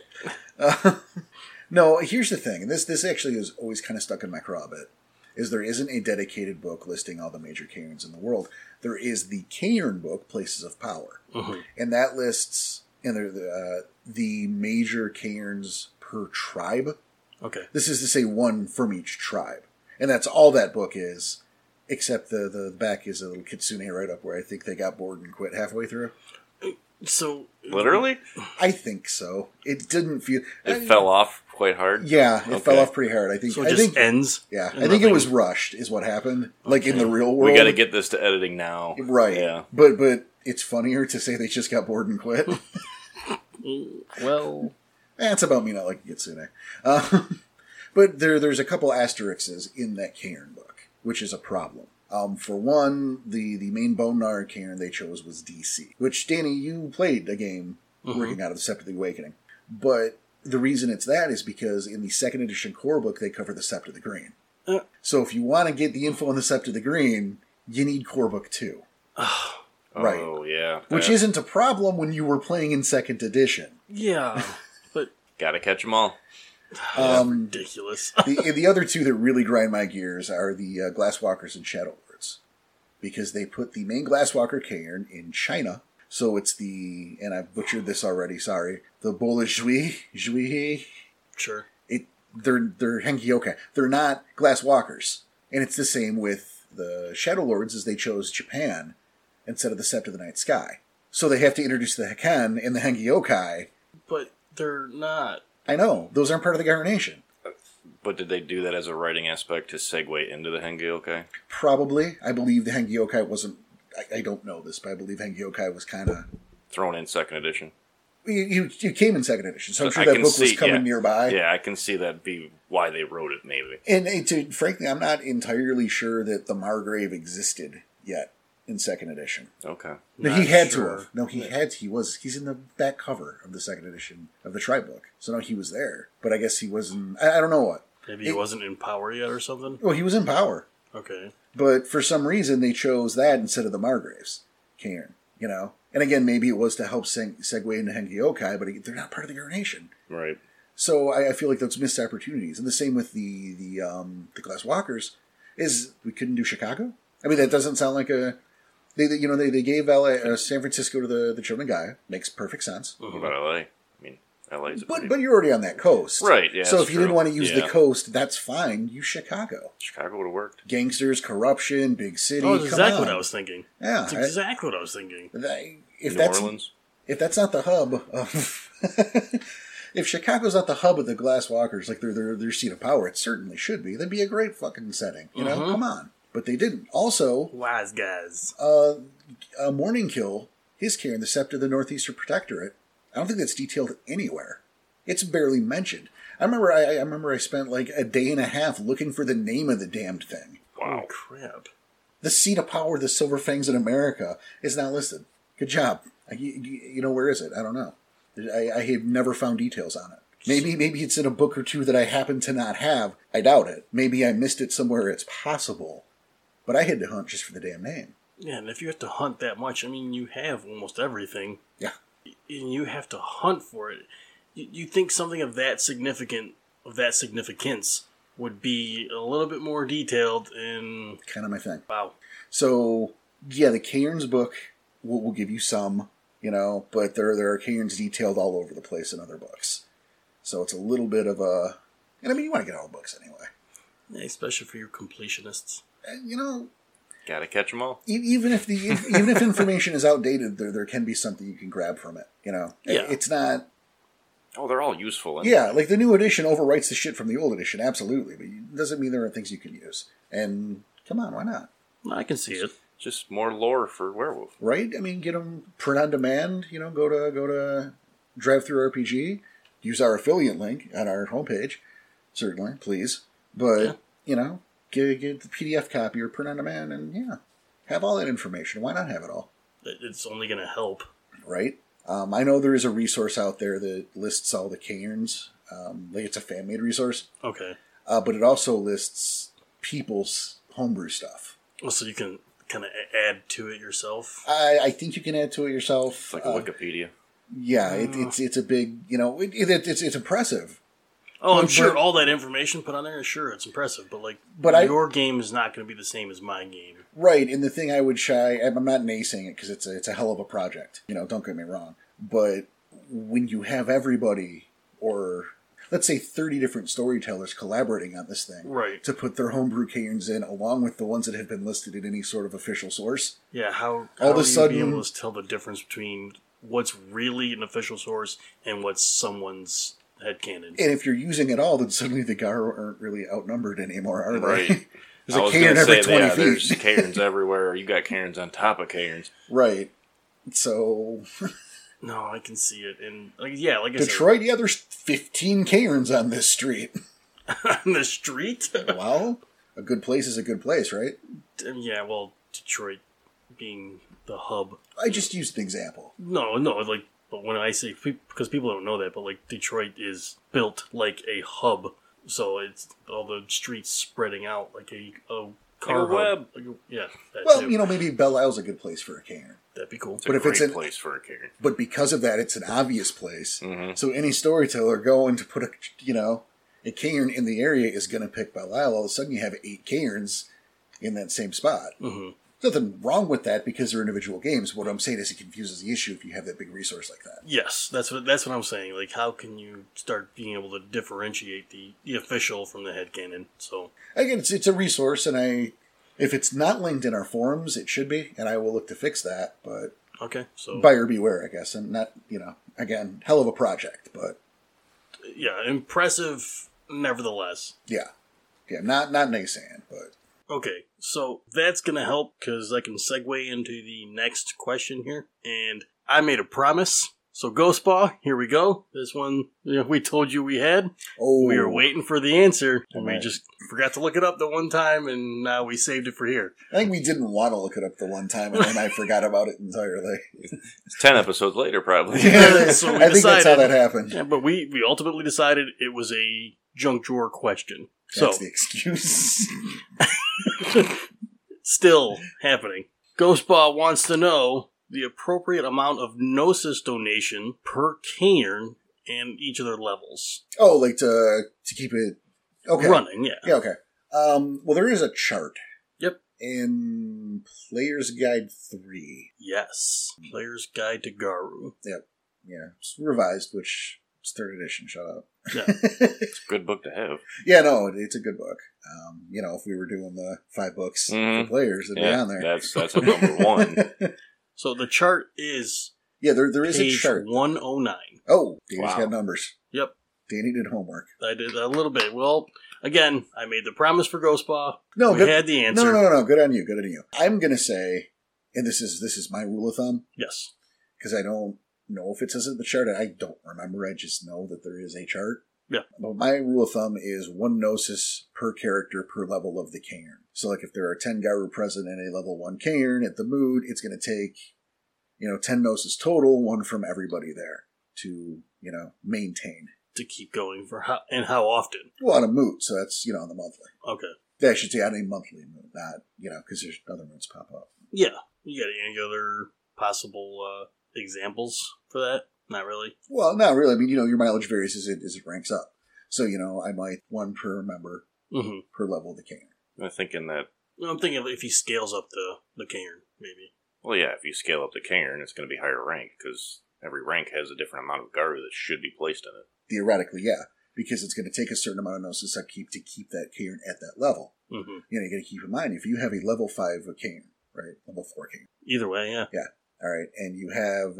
No, here's the thing. and This this actually is always kind of stuck in my craw a bit. Is there isn't a dedicated book listing all the major cairns in the world. There is the cairn book, Places of Power, Mm-hmm. and that lists and they're the, uh, the major cairns per tribe. okay. This is to say one from each tribe, and that's all that book is. Except the the back is a little kitsune right up where I think they got bored and quit halfway through. So Literally? I think so. It didn't feel. It fell off quite hard. Yeah, it fell Okay. off pretty hard. I think. so I it just think ends. Yeah, and I think it nothing- was rushed, is what happened. Like in the real world, We got to get this to editing now. right. Yeah. but but it's funnier to say they just got bored and quit. well. That's Eh, about me not liking Kitsune. Um, but there there's a couple asterisks in that Cairn book, which is a problem. Um, for one, the the main Bonar Cairn they chose was DC, which Danny, you played a game working out of the Sept of the Awakening, but the reason it's that is because in the second edition core book they cover the Sept of the Green. Uh. So if you want to get the info on the Sept of the Green, you need core book two. Right. Oh, yeah. which isn't a problem when you were playing in second edition. Yeah, but Got to catch them all. Um, ridiculous. the the other two that really grind my gears are the uh, Glasswalkers and Shadowlords, because they put the main Glasswalker cairn in China. So it's the and I butchered this already. Sorry, the Bolajui Jui. sure. It they're they're Henkyoka. They're not Glasswalkers, and it's the same with the Shadowlords as they chose Japan instead of the Sept of the Night Sky. So they have to introduce the Hekan and the Hengyokai. But they're not. I know those aren't part of the Garnation. But did they do that as a writing aspect to segue into the Hengyokai? Probably, I believe the Hengyokai wasn't. I, I don't know this, but I believe Hengyokai was kind of. Thrown in second edition. You, you you came in second edition, so I'm sure I that can book was see- coming yeah. nearby. yeah, I can see that be why they wrote it, maybe. And, and to, frankly, I'm not entirely sure that the Margrave existed yet in second edition. Okay. No, Not he had sure. to have. No, he had. He was. He's in the back cover of the second edition of the Tribe book. So no, he was there, but I guess he wasn't. I, I don't know what. Maybe he It- wasn't in power yet or something. Well, he was in power. Okay. But for some reason, they chose that instead of the Margraves Cairn, you know? And again, maybe it was to help seg- segue into Hengyokai, but they're not part of the Garnation. Right. So I, I feel like those missed opportunities. And the same with the the um, the Glass Walkers is we couldn't do Chicago. I mean, that doesn't sound like a they, they- you know they, they gave LA, uh, San Francisco to the the Children of Gaia makes perfect sense. What about LA? I mean, LA's a But pretty- but you're already on that coast, Right, yeah, So that's if you didn't true. want to use the Yeah. coast, that's fine. Use Chicago. Chicago would have worked. Gangsters, corruption, big city. Oh, that's come exactly what on. I was thinking. Yeah, That's I- exactly what I was thinking. They- if New that's Orleans? if that's not the hub of if Chicago's not the hub of the Glass Walkers, like their their their seat of power, it certainly should be. That'd be a great fucking setting, you Mm-hmm. know. Come on, but they didn't. Also, Wise guys. uh, uh, Morning Kill, his care in the Sept of the Northeastern Protectorate. I don't think that's detailed anywhere. It's barely mentioned. I remember I, I remember I spent like a day and a half looking for the name of the damned thing. Wow. Oh, crap. The seat of power, of the Silver Fangs in America, is not listed. Good job. I, you, you know where is it? I don't know. I, I have never found details on it. Maybe maybe it's in a book or two that I happen to not have. I doubt it. Maybe I missed it somewhere. It's possible, but I had to hunt just for the damn name. Yeah, and if you have to hunt that much, I mean, you have almost everything, Yeah, and you have to hunt for it. You, you think something of that significant, of that significance, would be a little bit more detailed and kind of my thing. wow. So yeah, the Cairns book will, will give you some, you know, but there there are Cairns detailed all over the place in other books. So it's a little bit of a, and I mean you want to get all the books anyway. Yeah, especially for your completionists. And, you know, Gotta catch them all. e- even if the if, even if information is outdated, there there can be something you can grab from it. You know, It- Yeah. it's not. Oh, they're all useful. And Yeah, like the new edition overwrites the shit from the old edition, absolutely, but it doesn't mean there aren't things you can use. And come on, why not? No, I can see it. Just more lore for Werewolf. Right? I mean, get them print on demand. You know, go to go to drive through RPG. use our affiliate link at our homepage, certainly, please. But Yeah. you know, get, get the PDF copy or print on demand, and yeah, have all that information. Why not have it all? It- It's only going to help. right? Um, I know there is a resource out there that lists all the cairns. Um, like it's a fan made resource, Okay. uh, but it also lists people's homebrew stuff. Well, Oh, so you can kind of add to it yourself. I, I think you can add to it yourself. It's like Ah. Uh, Wikipedia. yeah, it, it's it's a big you know it, it, it's it's impressive. Oh, I'm But- sure but- all that information put on there. Sure, it's impressive, but like, But I- your game is not going to be the same as my game. Right, and the thing I would shy, and I'm not naysaying it because it's a, it's a hell of a project. You know, don't get me wrong. But when you have everybody, or let's say 30 different storytellers collaborating on this thing, Right. to put their homebrew cairns in along with the ones that have been listed in any sort of official source, Yeah. How All of how a do you sudden- be able to tell the difference between what's really an official source and what's someone's headcanon? and if you're using it all, then suddenly the Garo aren't really outnumbered anymore, are they? Right. There's a cairn gonna every that, 20 yeah, feet. there's cairns everywhere. You got cairns on top of cairns. right. So No, I can see it, and like, yeah, like I Detroit, yeah, there's 15 cairns on this street. said, on the street. well, a good place is a good place, right? yeah, well, Detroit being the hub. I just used an example. No, no, like, but when I say because people don't know that, but like Detroit is built like a hub, so it's all the streets spreading out like a, a car hub. web. Like a- yeah, that Well, too. you know, maybe Belle Isle's a good place for a cairn. that'd be cool. It's a if great it's an- place for a cairn. But because of that, it's an obvious place. So any storyteller going to put a, you know, a cairn in the area is going to pick Belle Isle. All of a sudden, you have eight cairns in that same spot. Mhm. Nothing wrong with that because they're individual games. What I'm saying is it confuses the issue if you have that big resource like that. Yes, that's what that's what I'm saying. Like, how can you start being able to differentiate the, the official from the headcanon? So Again, it's, it's a resource, and I, if it's not linked in our forums, it should be, and I will look to fix that. But okay, so buyer beware, I guess. I'm not, you know, again, hell of a project, but yeah, impressive nevertheless. yeah, yeah, not not naysaying, but Okay, so that's going to help because I can segue into the next question here. And I made a promise. So, Ghost Paw, here we go. This one you know, we told you we had. oh, We were waiting for the answer, and we Alright. just forgot to look it up the one time, and now we saved it for here. I think we didn't want to look it up the one time, and then I forgot about it entirely. It's ten episodes later, probably. So we I think that's how decided- that happened. Yeah, but we, we ultimately decided it was a junk drawer question. So, That's the excuse. still happening. Ghostball wants to know the appropriate amount of Gnosis donation per cairn and each of their levels. oh, like to to keep it okay. Running, yeah. Yeah, okay. Um, well, there is a chart. Yep. In Player's Guide three. Yes. Player's Guide to Garu. Yeah, it's revised, which it's third edition. Shut up. It's a good book to have. Yeah, no, it- it's a good book. Um, you know, if we were doing the five books Mm. Mhm. for players, it'd be Yeah, on there. that's that's a number one. So the chart is yeah, there there is a page chart. 109. Oh, Danny's Wow. got numbers. Yep. Danny did homework. I did a little bit. Well, again, I made the promise for Ghostball. No, Oh, we good, had the answer. no, no, no, no. Good on you. Good on you. I'm gonna say, and this is this is my rule of thumb Yes. because I don't know if it says it in the chart. I don't remember. I just know that there is a chart. Yeah. But my rule of thumb is one gnosis per character per level of the cairn. So like if there are ten Garu present in a level one cairn at the mood, it's going to take you know ten gnosis total, one from everybody there to you know maintain. To keep going for how and how often. Well, on a mood, so that's you know on the monthly. Okay. They should say on a monthly mood, not you know because there's other moods pop up. Yeah. You got any other possible uh, examples for that? Not really. Well, not really. I mean, you know, your mileage varies as it as it ranks up. So you know, I might one per member hmm Mm-hmm. per level of the cairn. I think in that. I'm thinking of if he scales up the the cairn, maybe. Well, yeah, if you scale up the cairn, it's going to be higher rank because every rank has a different amount of garu that should be placed in it. theoretically, yeah, because it's going to take a certain amount of gnosis upkeep to keep that cairn at that level. Mm-hmm. hmm You know, you got to keep in mind if you have a level five cairn, right, level four cairn, Either way, yeah. all right, and you have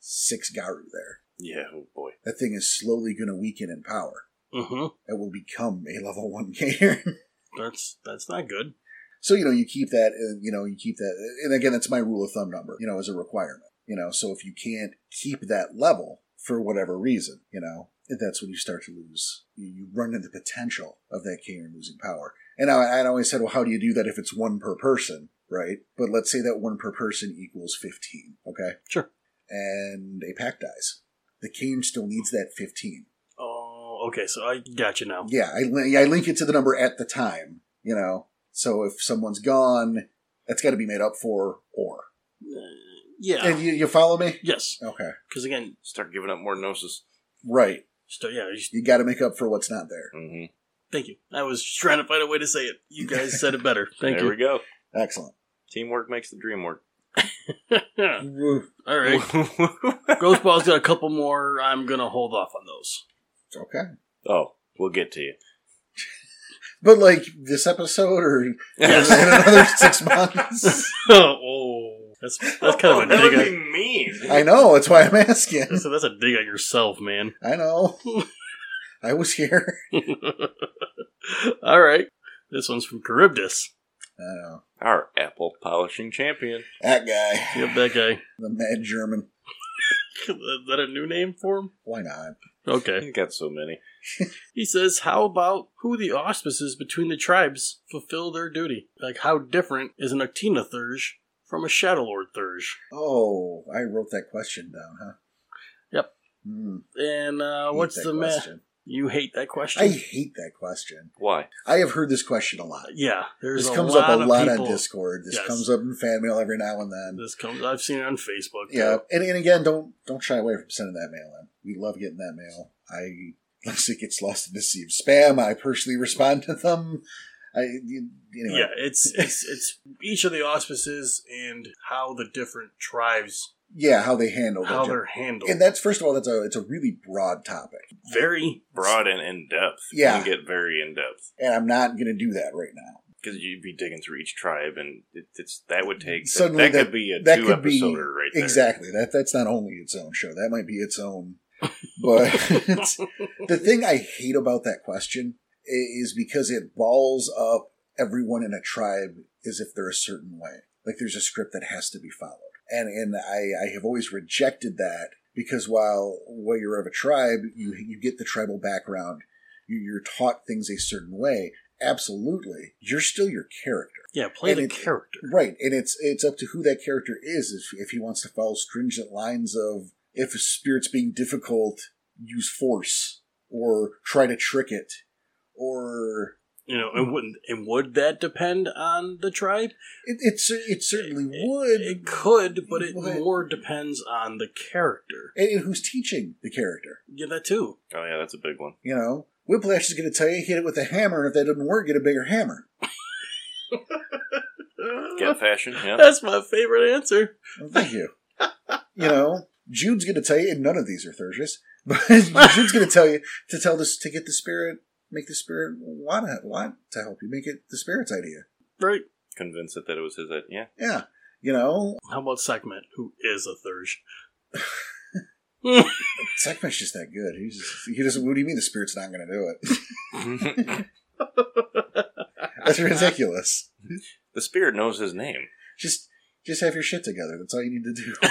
six garu there, Yeah. Oh boy. that thing is slowly going to weaken in power. Mm-hmm. hmm It will become a level one cairn. That's that's not good. so you know, you keep that, uh, you know, you keep that, and again, that's my rule of thumb number. You know, as a requirement. You know, so if you can't keep that level for whatever reason, you know, And that's when you start to lose. You, you run into the potential of that Karen losing power. And I, I always said, well, how do you do that if it's one per person, right? But let's say that one per person equals 15, okay? Sure. And a pack dies. The Karen still needs that 15. Oh, okay. So I got you now. Yeah, I, li- I link it to the number at the time, you know? So if someone's gone, that's got to be made up for or. Yeah. And you, you follow me? yes. Okay. Because again, Start giving up more gnosis. Right. st- yeah. You, You got to make up for what's not there. Mm-hmm. thank you. I was trying to find a way to say it. You guys said it better. Thank there we you. go. Excellent. Teamwork makes the dream work. Woo. All right. Ghostball's got a couple more. I'm gonna hold off on those. Okay. oh, we'll get to you. But like this episode or Yes. in another six months. oh, that's that's kind of a that dig. would on- be mean. I know. That's why I'm asking. So that's a dig on yourself, man. I know. I was here. All right. This one's from Charybdis. I know. Our apple polishing champion. That guy, Yep, that guy. the mad German. Is that a new name for him? Why not? Okay. He's got so many. He says, How about who the auspices between the tribes fulfill their duty? Like, how different is an Actina Thurge from a Shadow Lord Thurge? Oh, I wrote that question down, huh? Yep. Hmm. And uh, Hate what's that the ma- question. You hate that question? I hate that question. Why? I have heard this question a lot. yeah, there's This a comes lot up a of lot people. on Discord. This Yes. comes up in fan mail every now and then. This comes. I've seen it on Facebook. Yeah, and, and again, don't don't shy away from sending that mail in. We love getting that mail. I unless it gets lost in the sea of spam, I personally respond to them. I you- anyway. Yeah, it's it's it's each of the auspices and how the different tribes Yeah, how they handle how it. they're handled. Oh, And that's first of all, that's a it's a really broad topic, Very Broad and in depth. Yeah. You can get very in depth. and I'm not going to do that right now. Because you'd be digging through each tribe, and it, it's that would take. Suddenly that, that- could be a that two could be- episoder right there. Exactly. That that's not only its own show. That might be its own. But the thing I hate about that question i- is because it balls up everyone in a tribe as if they're a certain way. Like there's a script that has to be followed. And and I, I have always rejected that because while while you're of a tribe, you you get the tribal background, you, you're taught things a certain way. Absolutely, you're still your character. Yeah, play And the it- character. Right, and it's it's up to who that character is. If if he wants to follow stringent lines of if a spirit's being difficult, use force or try to trick it, or You know, and wouldn't and would that depend on the tribe? it it, cer- it certainly would. It, it could, but it Would. more depends on the character. and, and who's teaching the character? Yeah, that too. Oh, yeah, that's a big one. You know, Whiplash is going to tell you hit it with a hammer, and if that doesn't work, get a bigger hammer. Uh, Get fashion, yeah. That's my favorite answer. Well, thank you. you know, Jude's going to tell you, and none of these are Thursdays, but Jude's going to tell you to tell this to get the spirit, make the spirit want to want to help you, make it the spirit's idea. Right. Convince it that it was his idea. Yeah. Yeah, you know, How about Sekhmet, who is a Thurge? Sekhmet's just that good. He's just, he doesn't. What do you mean the spirit's not going to do it? That's ridiculous. the spirit knows his name. Just just have your shit together. That's all you need to do.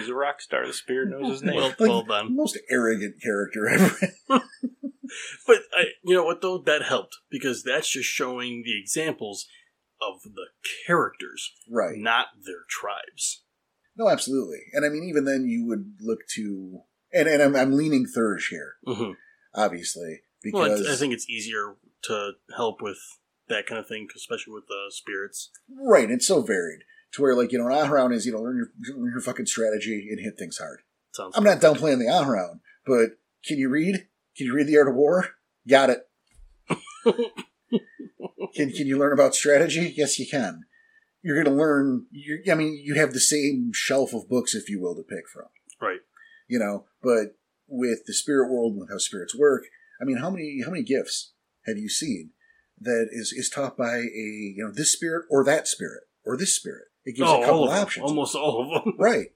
He's a rock star. The spirit knows his name. well, Like, well done. Most arrogant character ever. But I, you know what though? That helped because that's just showing the examples of the characters, right. not their tribes. No, absolutely. And I mean, even then, you would look to and and I'm, I'm leaning Thurge here, Mm-hmm. obviously, because Well, I, I think it's easier to help with that kind of thing, especially with uh, spirits. Right, it's so varied to where like you know an Aharon is you know learn your learn your fucking strategy and hit things hard. Sounds I'm not downplaying the Aharon, but can you read? Can you read the Art of War? Got it. can Can you learn about strategy? Yes, you can. You're going to learn. You're, I mean, you have the same shelf of books, if you will, to pick from. right. You know, but with the spirit world and with how spirits work, I mean, how many how many gifts have you seen that is is taught by a you know this spirit or that spirit or this spirit? It gives Oh, a all couple of them. options, almost all of them. right?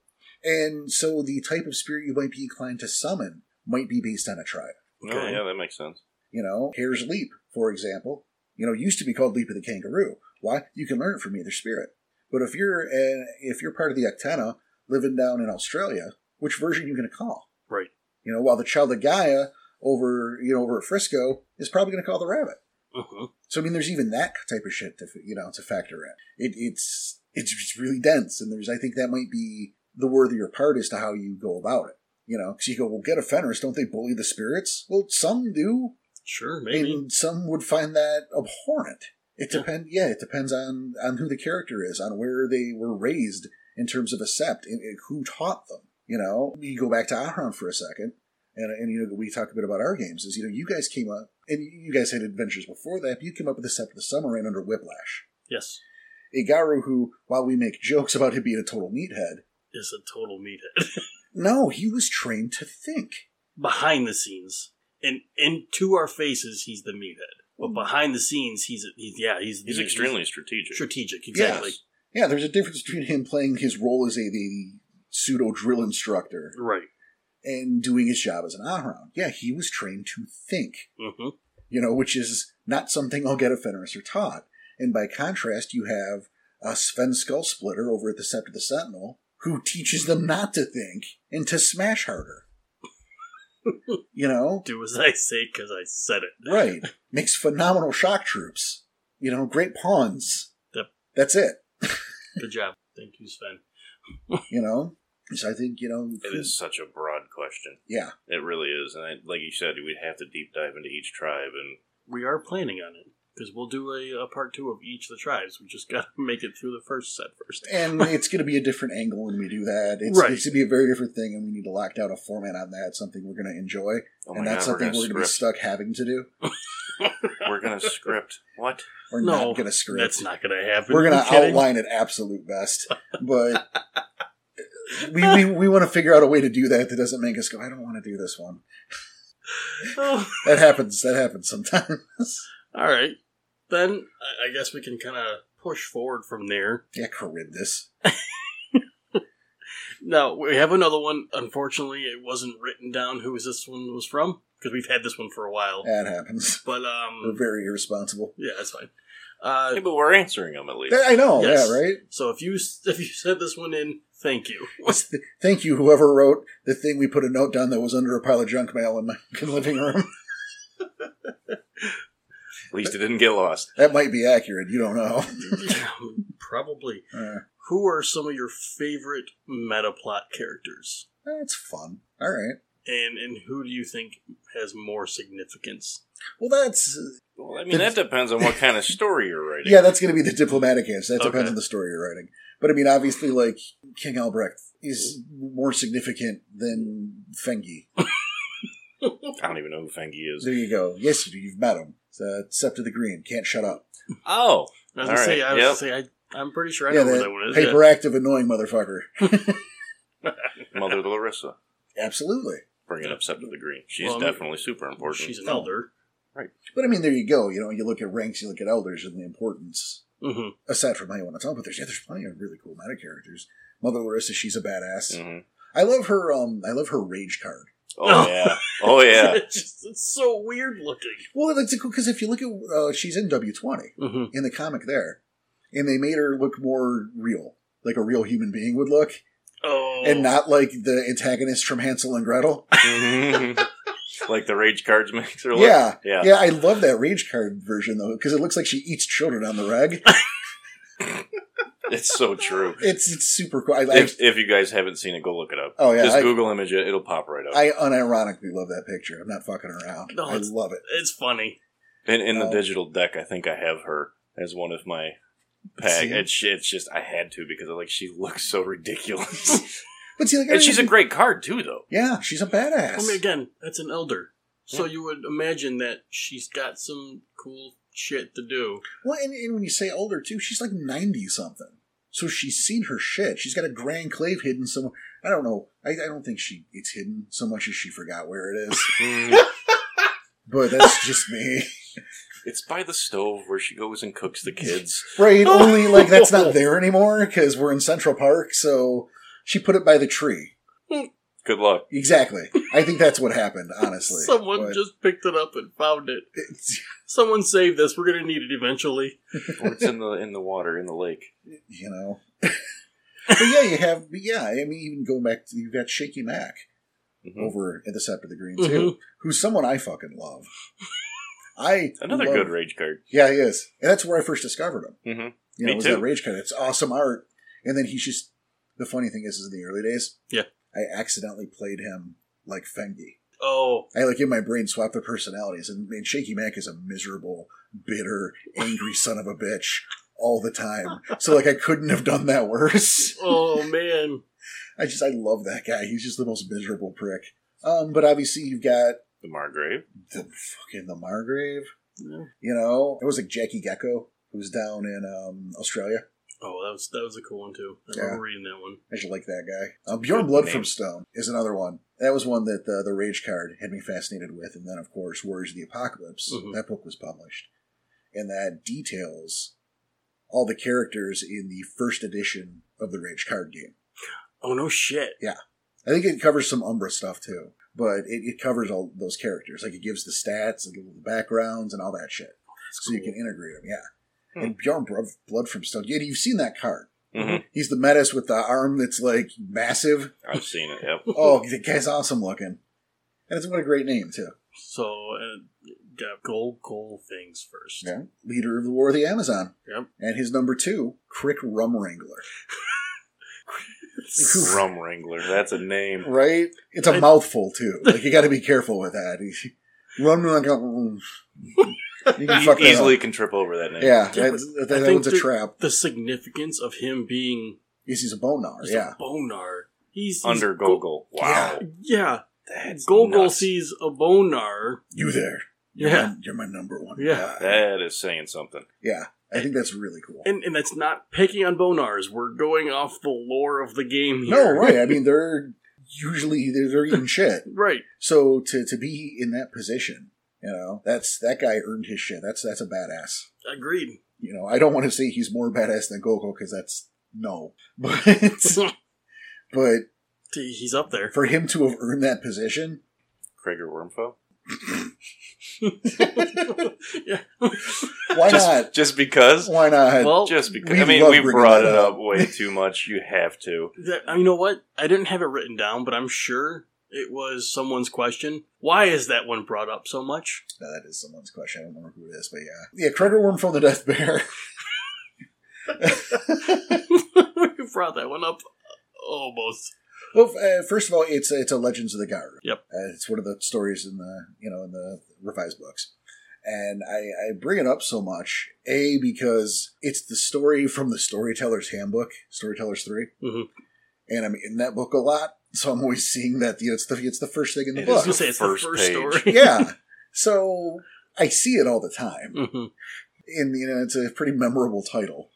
And so the type of spirit you might be inclined to summon might be based on a tribe. Oh, yeah, that makes sense. You know, Hare's Leap, for example, you know, used to be called Leap of the Kangaroo. Why? You can learn it from either spirit. But if you're an, if you're part of the Actana living down in Australia, which version are you going to call? Right. You know, while the child of Gaia over you know over at Frisco is probably going to call the rabbit. Mhm. So I mean, there's even that type of shit to you know to factor in. It, it's it's just really dense, and there's I think that might be the worthier part as to how you go about it. You know, because you go, well, get a Fenris, don't they bully the spirits? Well, some do, Sure, maybe. and some would find that abhorrent. It Yeah. depend, yeah. it depends on on who the character is, on where they were raised in terms of a sept, and, and who taught them. You know, you go back to Ahram for a second, and and you know we talk a bit about our games. Is you know you guys came up, and you guys had adventures before that. But you came up with the sept of the Summerrain under Whiplash, Yes, a Garu who, while we make jokes about him being a total meathead, is a total meathead. no, he was trained to think. behind the scenes and and to our faces, he's the meathead. Mm. But behind the scenes, he's he's yeah, he's He's extremely strategic. strategic. Exactly. Yes. Yeah, there's a difference between him playing his role as a the pseudo drill instructor Right. and doing his job as an Ahram. Yeah, he was trained to think, hmm you know, which is not something I'll get a Fenris or taught. And by contrast, you have a Sven Skull Splitter over at the Sept of the Sentinel who teaches them not to think and to smash harder. you know? Do as I say because I said it. Right. Makes phenomenal shock troops. You know, great pawns. Yep. That's it. Good job. Thank you, Sven. You know? So I think, you know. It is such a broad question. Yeah. It really is, and I, like you said, we'd have to deep dive into each tribe, and We are planning on it because we'll do a, a part two of each of the tribes. We just got to make it through the first set first. and it's going to be a different angle when we do that. It's, Right. it's going to be a very different thing, and we need to lock down a format on that. Something we're going to enjoy, oh my and that's god, something we're we're going to be gonna stuck having to do. script. we're gonna script what? We're No, not going to script. That's not going to happen. we're going Are you to kidding? outline it absolute best, but we we, we want to figure out a way to do that that doesn't make us go. I don't want to do this one. Oh. That happens. That happens sometimes. All right. Then I- I guess we can kind of push forward from there. yeah, Charybdis. No, we have another one. Unfortunately, it wasn't written down who is this one was from because we've had this one for a while. That happens. But We're um, very irresponsible. yeah, that's fine. Uh, Yeah, but we're answering them at least. I know. Yes. Yeah, right. so if you if you sent this one in, thank you. Th- Thank you, whoever wrote the thing we put a note down that was under a pile of junk mail in my living room. At least it didn't get lost. That might be accurate. You don't know. Probably. Uh, Who are some of your favorite meta plot characters, that's fun. All right. and and who do you think has more significance? Well, that's Well, I mean, that depends on what kind of story you're writing. yeah. That's going to be the diplomatic answer. That depends Okay. on the story you're writing. But I mean, obviously, like King Albrecht is more significant than Fengi. I don't even know who Fengi is. There you go. Yes, you do. You've met him. It's, uh, Sept of the Green can't shut up. Oh, I was All gonna say, right, I was yep. gonna say, I, I'm pretty sure I yeah, know who that, that one is. yeah. hyperactive, annoying motherfucker. Mother Larissa, Absolutely. bringing up Sept of the Green. She's Well, I mean, definitely super important. She's an elder. But I mean, there you go. You know, you look at ranks, you look at elders, and the importance hmm aside from how you want to tell, but there's yeah, there's plenty of really cool meta characters. Mother Larissa, she's a badass. hmm I love her. Um, I love her rage card. Oh Oh. yeah, oh yeah. it's, just, it's so weird looking. Well, that's cool because if you look at uh, she's in W twenty Mm-hmm. in the comic there, and they made her look more real, like a real human being would look, Oh, and not like the antagonist from Hansel and Gretel. Mhm. like the rage cards makes her look. yeah, yeah. yeah. I love that rage card version though because it looks like she eats children on the reg. It's so true. it's it's super cool. I, I, If, if you guys haven't seen it, go look it up. oh yeah, Just I, Google image it; it'll pop right up. I unironically love that picture. I'm not fucking around. No, I it's- love it. It's funny. In, in the Oh. digital deck, I think I have her as one of my pack. See? It's, it's just I had to because like she looks so ridiculous, But see, like, and I- she's a great card too, though. Yeah, she's a badass. I mean, again, that's an elder, so you would imagine that she's got some cool shit to do. well, and, and when you say older too, she's like ninety something. So she's seen her shit. She's got a grand clave hidden somewhere. I don't know. I, I don't think she it's hidden so much as she forgot where it is. Mm. but that's just me, it's by the stove where she goes and cooks the kids. right? Only like that's not there anymore because we're in Central Park. So she put it by the tree. Good luck. Exactly. I think that's what happened. Honestly, Someone But just picked it up and found it. it's- Someone saved this. We're gonna need it eventually. Or it's in the in the water in the lake. you know. but yeah, you have. but Yeah, I mean, even going back to you've got Shaky Mac, Mhm. over at the Scepter of the Green Mhm. Mm-hmm. too, who's someone I fucking love. I Another love- good rage card. Yeah, he is, and that's where I first discovered him. hmm Me You know, it was too. that Rage Cut. It's awesome art, and then he's just the funny thing is, is in the early days, Yeah. I accidentally played him like Fengi. Oh, I like in my brain swapped their personalities, and, and Shaky Mac is a miserable, bitter, angry son of a bitch all the time. So like I couldn't have done that worse. oh man. I just I love that guy. He's just the most miserable prick. Um, but obviously you've got The Margrave. the fucking the Margrave. Yeah. You know, it was like Jackie Gecko, who's down in um, Australia. Oh, that was that was a cool one too. I Yeah. remember reading that one. I should like that guy. Uh, Bjorn Good Blood name. from Stone is another one. That was one that uh, the Rage card had me fascinated with, and then of course Warriors of the Apocalypse. Mm-hmm. Mhm. That book was published, and that details all the characters in the first edition of the Rage card game. Oh no shit. I think it covers some Umbra stuff too, but it, it covers all those characters. Like it gives the stats and the backgrounds and all that shit, That's so you cool. can integrate them. Yeah, Hmm. and Bjorn Bro- Blood from Stone. Yeah, you've seen that card. hmm He's the menace with the arm that's like massive. I've seen it. Yep. Oh, the guy's awesome looking. And it's what a great name, too. So uh, yeah, goal goal things first. Yeah. Leader of the War of the Amazon. Yep. And his number two, Crick Rum Wrangler. Rum Wrangler. That's a name. Right? It's a I- mouthful, too. Like, you gotta be careful with that. Rum Wrangler. mm. You can fuck that E-, Easily up. can trip over that name. Yeah, E- Yeah, that, but that, that I think one's a the- trap. The significance of him being Yes, he's a bonar, just yeah. a bonar. He's he's Under Go- Gogol. Wow. yeah, That's Gogol nuts. sees a bonar. You there. You're Yeah, my- you're my number one. Yeah. guy. That is saying something. Yeah. I think that's really cool. and and that's not picking on bonars. We're going off the lore of the game No, here. right. I mean, they're usually, they're, they're eating shit. right. So to to be in that position, you know, that's that guy earned his shit. That's that's a badass. Agreed. You know, I don't want to say he's more badass than Gogo because that's no, but but He- He's up there. for him to have earned that position, Krager Wormfo? yeah. why just, not? Just because? Why not? Well, Just because. we I mean, love we bringing brought that it up. up way too much. You have to. That, you know what? I didn't have it written down, but I'm sure it was someone's question. Why is that one brought up so much? No, that is someone's question. I don't remember who it is, but yeah, yeah. Cracker Worm from the Death Bear. you brought that one up almost. well, uh, first of all, it's it's a Legends of the Garu. Yep. Uh, it's one of the stories in the you know in the revised books, and I, I bring it up so much a because it's the story from the Storyteller's Handbook, Storytellers 3 Mm-hmm. Mhm. and I'm in that book a lot, so I'm always seeing that you know, it's the it's the first thing in the It I was is book. gonna say it's First the first page. story. yeah, so I see it all the time, Mhm. and you know it's a pretty memorable title.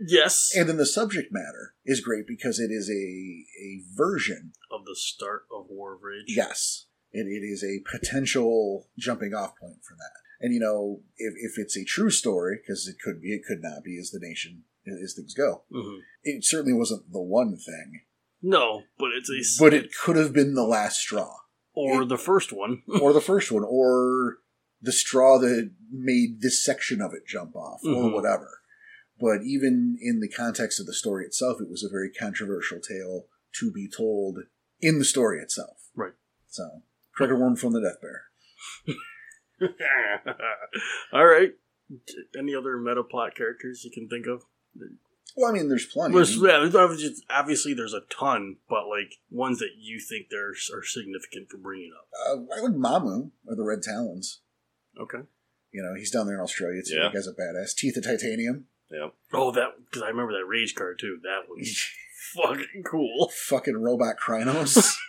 Yes, And then the subject matter is great because it is a a version of the start of War of Rage. Yes. It, it is a potential jumping off point for that. And, you know, if, if it's a true story, because it could be, it could not be, as the nation, as things go, Mhm. it certainly wasn't the one thing, No, but it's a s- but it could have been the last straw, or the first one. or the first one, or the straw that made this section of it jump off, or Mhm. whatever. But even in the context of the story itself, it was a very controversial tale to be told in the story itself. Right. So, Cracker Worm from the Death Bear. All right. Any other meta plot characters you can think of? Well, I mean, there's plenty. Well, yeah, there's obviously, obviously there's a ton, but like ones that you think there are significant for bringing up. uh, I like Mamu or the Red Talons. Okay. You know, he's down there in Australia. Too. Yeah. That guy's a badass. Teeth of Titanium. Yep. Oh, that because I remember that rage card too. That was fucking cool. Fucking robot Krynos.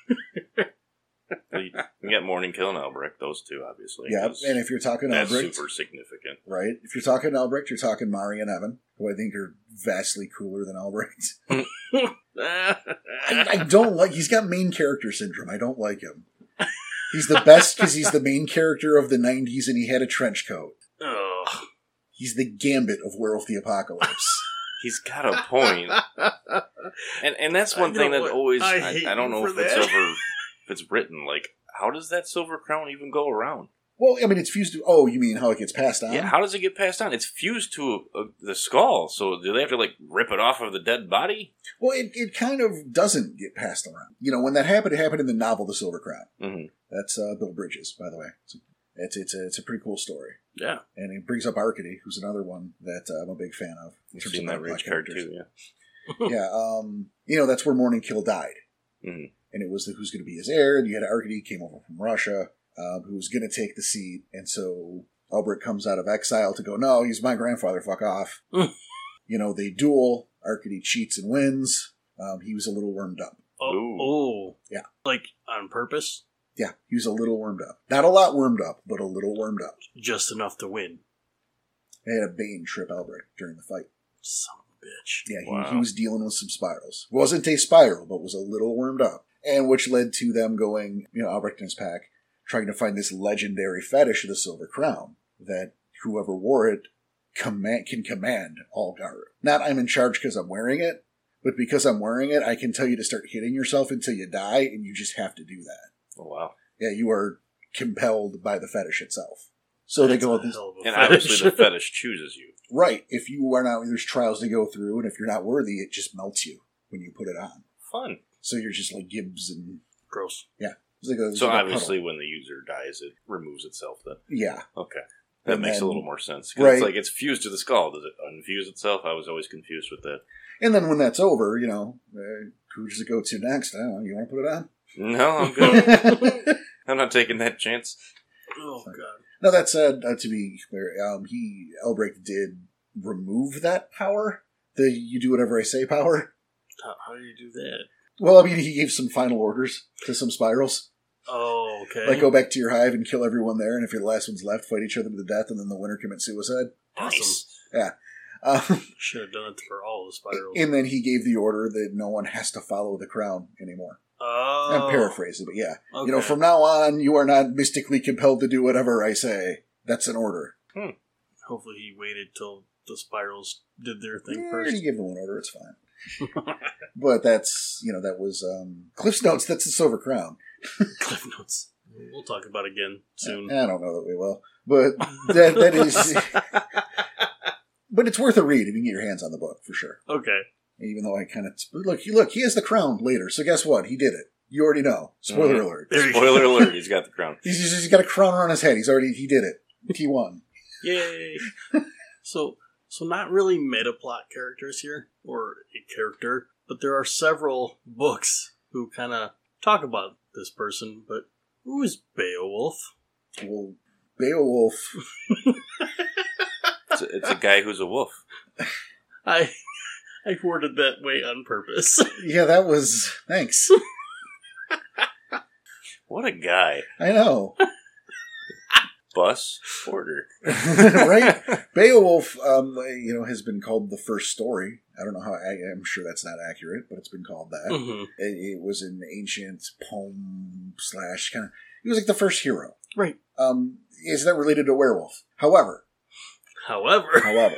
We, we got Morning Kill and Albrecht. Those two, obviously. yeah. 'cause And if you're talking that's Albrecht, super significant. right? If you're talking Albrecht, you're talking Mari and Evan, who I think are vastly cooler than Albrecht. I, I don't like. He's got main character syndrome. I don't like him. He's the best because he's the main character of the '90s, and he had a trench coat. Ugh. He's the gambit of Werewolf the Apocalypse. He's got a point. And and that's I one thing know that it. always I I, hate I, don't you know for if it's that. ever if it's written like how does that silver crown even go around? Well, I mean, it's fused to. Oh, you mean how it gets passed on? Yeah, how does it get passed on? It's fused to a, a, the skull, so do they have to like rip it off of the dead body? Well, it, it kind of doesn't get passed around. You know, when that happened, it happened in the novel The Silver Crown. hmm That's uh, Bill Bridges, by the way. It's it's it's a, it's a pretty cool story, Yeah, and it brings up Arkady, who's another one that uh, I'm a big fan of. in I've terms seen of that black rage card characters. too. Yeah, yeah, um, you know, that's where Morning Kill died. Mhm. And it was the who's going to be his heir. And you had Arkady came over from Russia, um, who was going to take the seat. And so Albert comes out of exile to go, no, he's my grandfather, fuck off. Mm. you know, they duel. Arkady cheats and wins. Um, he was a little wormed up. Oh, Ooh. oh. Yeah. Like on purpose, Yeah, he was a little wormed up. Not a lot wormed up, but a little wormed up. just enough to win. They had a Bane trip Albert during the fight. Son of a bitch. Yeah, he, Wow. he was dealing with some spirals. Wasn't a spiral, but was a little wormed up. And which led to them going, you know, Albrecht and his pack, trying to find this legendary fetish of the Silver Crown that whoever wore it command, can command all Garu. Not I'm in charge because I'm wearing it, but because I'm wearing it, I can tell you to start hitting yourself until you die, and you just have to do that. oh, wow. Yeah, you are compelled by the fetish itself. So they That's go, a hell of a And obviously the fetish. fetish chooses you. right, if you are not, there's trials to go through, and if you're not worthy, it just melts you when you put it on. Fun. So you're just like Gibbs and gross. it's like a, it's So like a obviously, puddle. when the user dies, it removes itself. Then yeah, okay, that And makes then- a little more sense. 'Cause It's Right. like it's fused to the skull. Does it unfuse itself? I was always confused with that. and then when that's over, you know, uh, who does it go to next? I don't know. You want to put it on? No, I'm good. I'm not taking that chance. Oh god. now that said, uh, to be clear, um, he Elbrick did remove that power. The you do whatever I say power. How, how do you do that? Well, I mean, he gave some final orders to some spirals, Oh, okay. like go back to your hive and kill everyone there, and if you're the last one's left, fight each other to the death, and then the winner commits suicide. awesome. Um, Should have done it for all the spirals. and then he gave the order that no one has to follow the crown anymore. oh, I'm paraphrasing, but yeah. Okay. You know, from now on, you are not mystically compelled to do whatever I say. That's an order. Hopefully, he waited till the spirals did their thing Yeah, first. You give them one order, it's fine. but that's, you know, that was um, Cliff's Notes. That's the Silver Crown. Cliff notes. We'll talk about it again soon. I don't know that we will, but that, that is. but it's worth a read if you can get your hands on the book for sure. okay. Even though I kind of look, he look, he has the crown later. So guess what? He did it. You already know. Spoiler Mhm. alert. There you Spoiler alert: He's got the crown. He's, he's, he's got a crown around his head. He's already he did it. He won. Yay! so, so not really meta plot characters here, or a character, but there are several books who kind of talk about this person. But who is Beowulf? Well, Beowulf. It's a, it's a guy who's a wolf. I I worded that way on purpose. Yeah, that was thanks. What a guy! I know, Bus order. right? Beowulf, um, you know, has been called the first story. I don't know how. I, I'm sure that's not accurate, but it's been called that. Mhm. It, it was an ancient poem slash kind of. He was like the first hero, Right. Um, is that related to werewolf? However, However, however,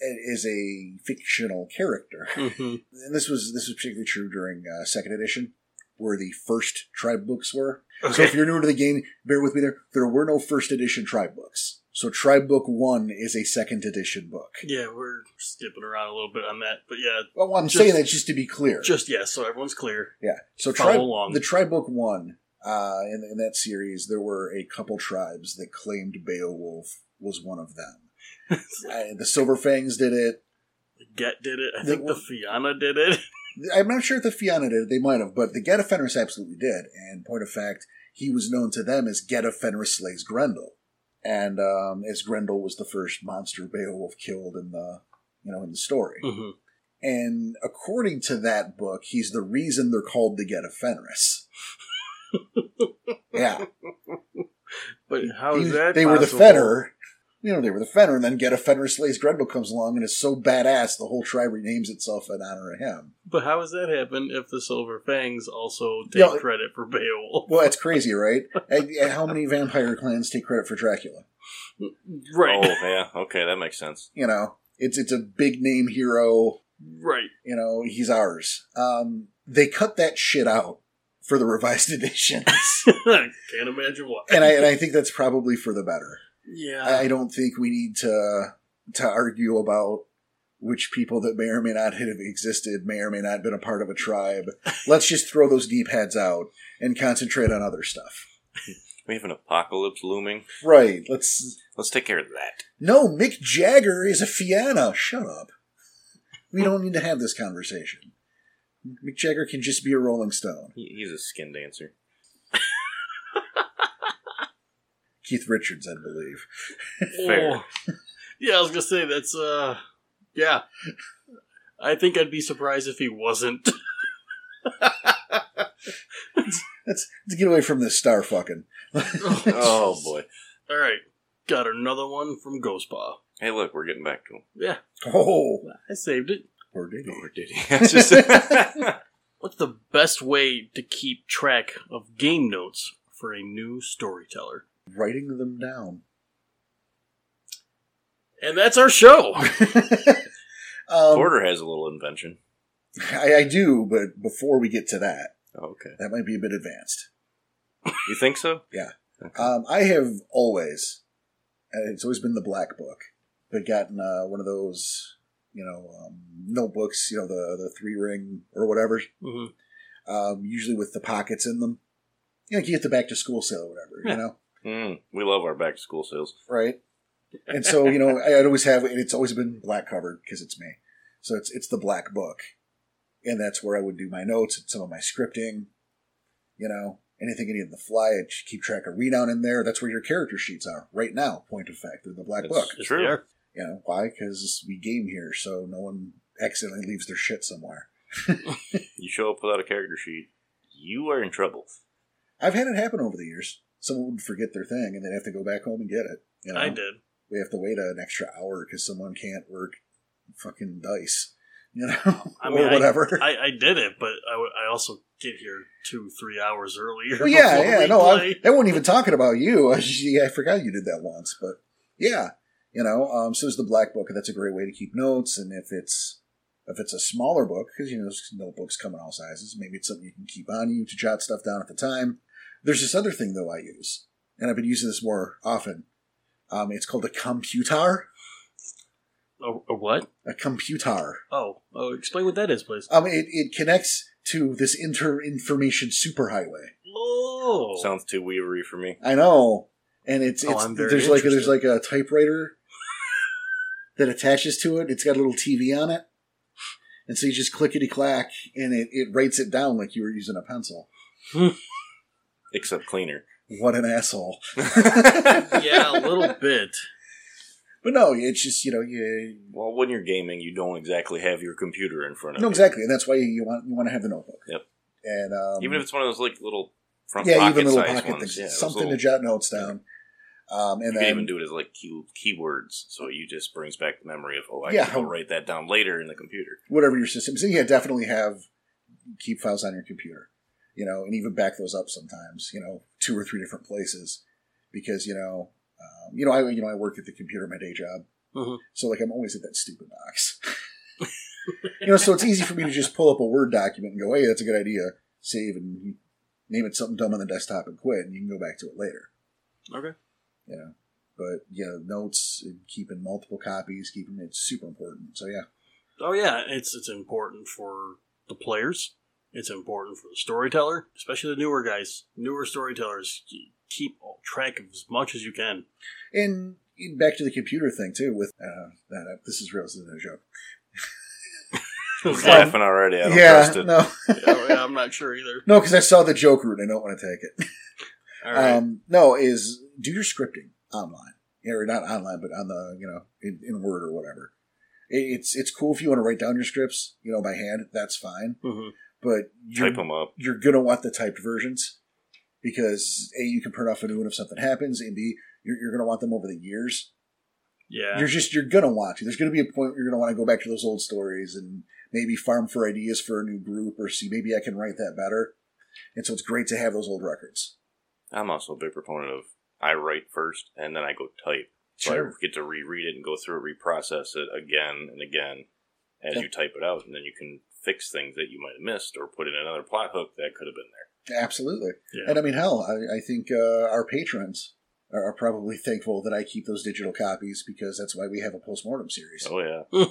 it is a fictional character, Mhm. and this was this was particularly true during uh, second edition, where the first tribe books were. So if okay. you're new to the game, bear with me there. There were no first edition tribe books. So tribe book one is a second edition book. Yeah, we're skipping around a little bit on that, but yeah, Well, I'm Just- saying that just to be clear. just yeah. So everyone's clear. yeah. So follow tribe, along. the tribe book one, uh, in, in that series, there were a couple tribes that claimed Beowulf was one of them. uh, the Silverfangs did it. Get did it. I The- think the Fianna did it. I'm not sure if the Fianna did. it. They might have, but the Get of Fenris absolutely did. And point of fact, he was known to them as Get of Fenris slays Grendel, and um, as Grendel was the first monster Beowulf killed in the you know in the story. Mhm. And according to that book, he's the reason they're called the Get of Fenris. yeah, But how is He- that? they were the possible? Fenner. You know, they were the Fenner, and then Get of Fenris slays Grendel comes along and is so badass the whole tribe renames itself in honor of him. But how does that happen if the Silver Fangs also take Yeah. credit for Beowulf? Well, that's crazy, right? And- and How many vampire clans take credit for Dracula? Right, Oh yeah, okay, that makes sense. You know, it's it's a big name hero. right. You know, he's ours. Um, they cut that shit out for the revised editions. Can't imagine why. and, I, and I think that's probably for the better. yeah. I don't think we need to to argue about which people that may or may not have existed may or may not have been a part of a tribe. Let's just throw those deep heads out and concentrate on other stuff. We have an apocalypse looming. Right. Let's Let's take care of that. No, Mick Jagger is a Fianna. Shut up. We don't need to have this conversation. Mick Jagger can just be a Rolling Stone. He, he's a skin dancer. Keith Richards, I believe. fair. Oh. Yeah, I was gonna say that's uh yeah. I think I'd be surprised if he wasn't. Let's, let's get away from this star fucking. Oh boy. Alright. Got another one from Ghost Paw. Hey, look, we're getting back to him. Yeah, Oh, I saved it. poor Diddy. Or did he? That's just- What's the best way to keep track of game notes for a new storyteller? Writing them down. And that's our show. um, Porter has a little invention. I, I do, but before we get to that, Oh, okay. that might be a bit advanced. You think so? Um, I have always, and it's always been the black book, but gotten uh, one of those, you know, um, notebooks, you know, the, the three ring or whatever, hmm um, usually with the pockets in them. You know, you get the back to school sale or whatever, Yeah. you know, Mm, we love our back to school sales. right? And so, you know, I, I'd always have, and it's always been black covered because it's me. So it's, it's the black book. And that's where I would do my notes and some of my scripting, you know, anything any of the fly, I keep track of readout in there. That's where your character sheets are right now, point of fact, in the black That's- book. True. You know, why? Because we game here, so no one accidentally leaves their shit somewhere. You show up without a character sheet, you are in trouble. I've had it happen over the years. Someone would forget their thing and they'd have to go back home and get it. You know? I did. We have to wait an extra hour because someone can't work fucking dice, you know, I mean, or whatever. I, I did it, but I, w- I also get here two, three hours earlier. Well, yeah, before yeah, we no, I, play. I wasn't even talking about you. I, just- yeah, I forgot you did that once, but yeah, you know. Um, so there's the black book, and that's a great way to keep notes. And if it's if it's a smaller book, because you know those notebooks come in all sizes, maybe it's something you can keep on you to jot stuff down at the time. There's this other thing though I use, and I've been using this more often. Um, it's called a computar. A, a what? A computar. Oh, oh, explain what that is, please. Um, it, it connects to this inter information superhighway. Oh, Sounds too weavery for me. I know, and it's, Oh, it's I'm very there's like there's interested. like a typewriter that attaches to it. It's got a little TV on it, and so you just clickety clack, and it, it writes it down like you were using a pencil. Except cleaner. What an asshole! yeah, a little bit. But no, it's just you know you Well, when you're gaming, you don't exactly have your computer in front of no you. exactly, and that's why you want you want to have the notebook. Yep. And um, Even if it's one of those like little front yeah, pocket even little size pocket ones. things, Yeah, those something little- to jot notes down. Um, and you then can even do it as like key, keywords, so you just brings back the memory of oh, I Yeah. can go write that down later in the computer. whatever your system is. And yeah, definitely have keep files on your computer, you know, and even back those up sometimes, you know, two or three different places, because you know, um, you know, I you know I work at the computer at my day job, Mhm. so like I'm always at that stupid box, you know, so it's easy for me to just pull up a Word document and go, hey, that's a good idea, save and name it something dumb on the desktop and quit, and you can go back to it later, Okay. you know. But yeah, notes, and keeping multiple copies, keeping it's super important. So yeah, Oh yeah, it's it's important for the players. It's important for the storyteller, especially the newer guys, newer storytellers. k- Keep all- track of as much as you can. And back to the computer thing too. With uh, that, this is real. This isn't a joke. I'm Okay. laughing already. I don't trust yeah, it. no, Yeah, yeah, I'm not sure either. no, because I saw the joke route. and I don't want to take it. All right. Um, no, is do your scripting online or not online, but on the you know in, in Word or whatever. It, it's it's cool if you want to write down your scripts, you know, by hand. That's fine, Mhm. but Type you're, them up. you're gonna want the typed versions because a you can print off a new one if something happens, and b you're, you're gonna want them over the years. Yeah. You're just you're gonna want to. There's gonna be a point where you're gonna want to go back to those old stories and maybe farm for ideas for a new group or see maybe I can write that better. And so it's great to have those old records. I'm also a big proponent of I write first and then I go type. So I get to reread it and go through it, reprocess it again and again as Yeah. you type it out, and then you can fix things that you might have missed or put in another plot hook that could have been there. Absolutely. Yeah. And I mean, hell, I, I think uh, our patrons are, are probably thankful that I keep those digital copies because that's why we have a postmortem series. Oh yeah.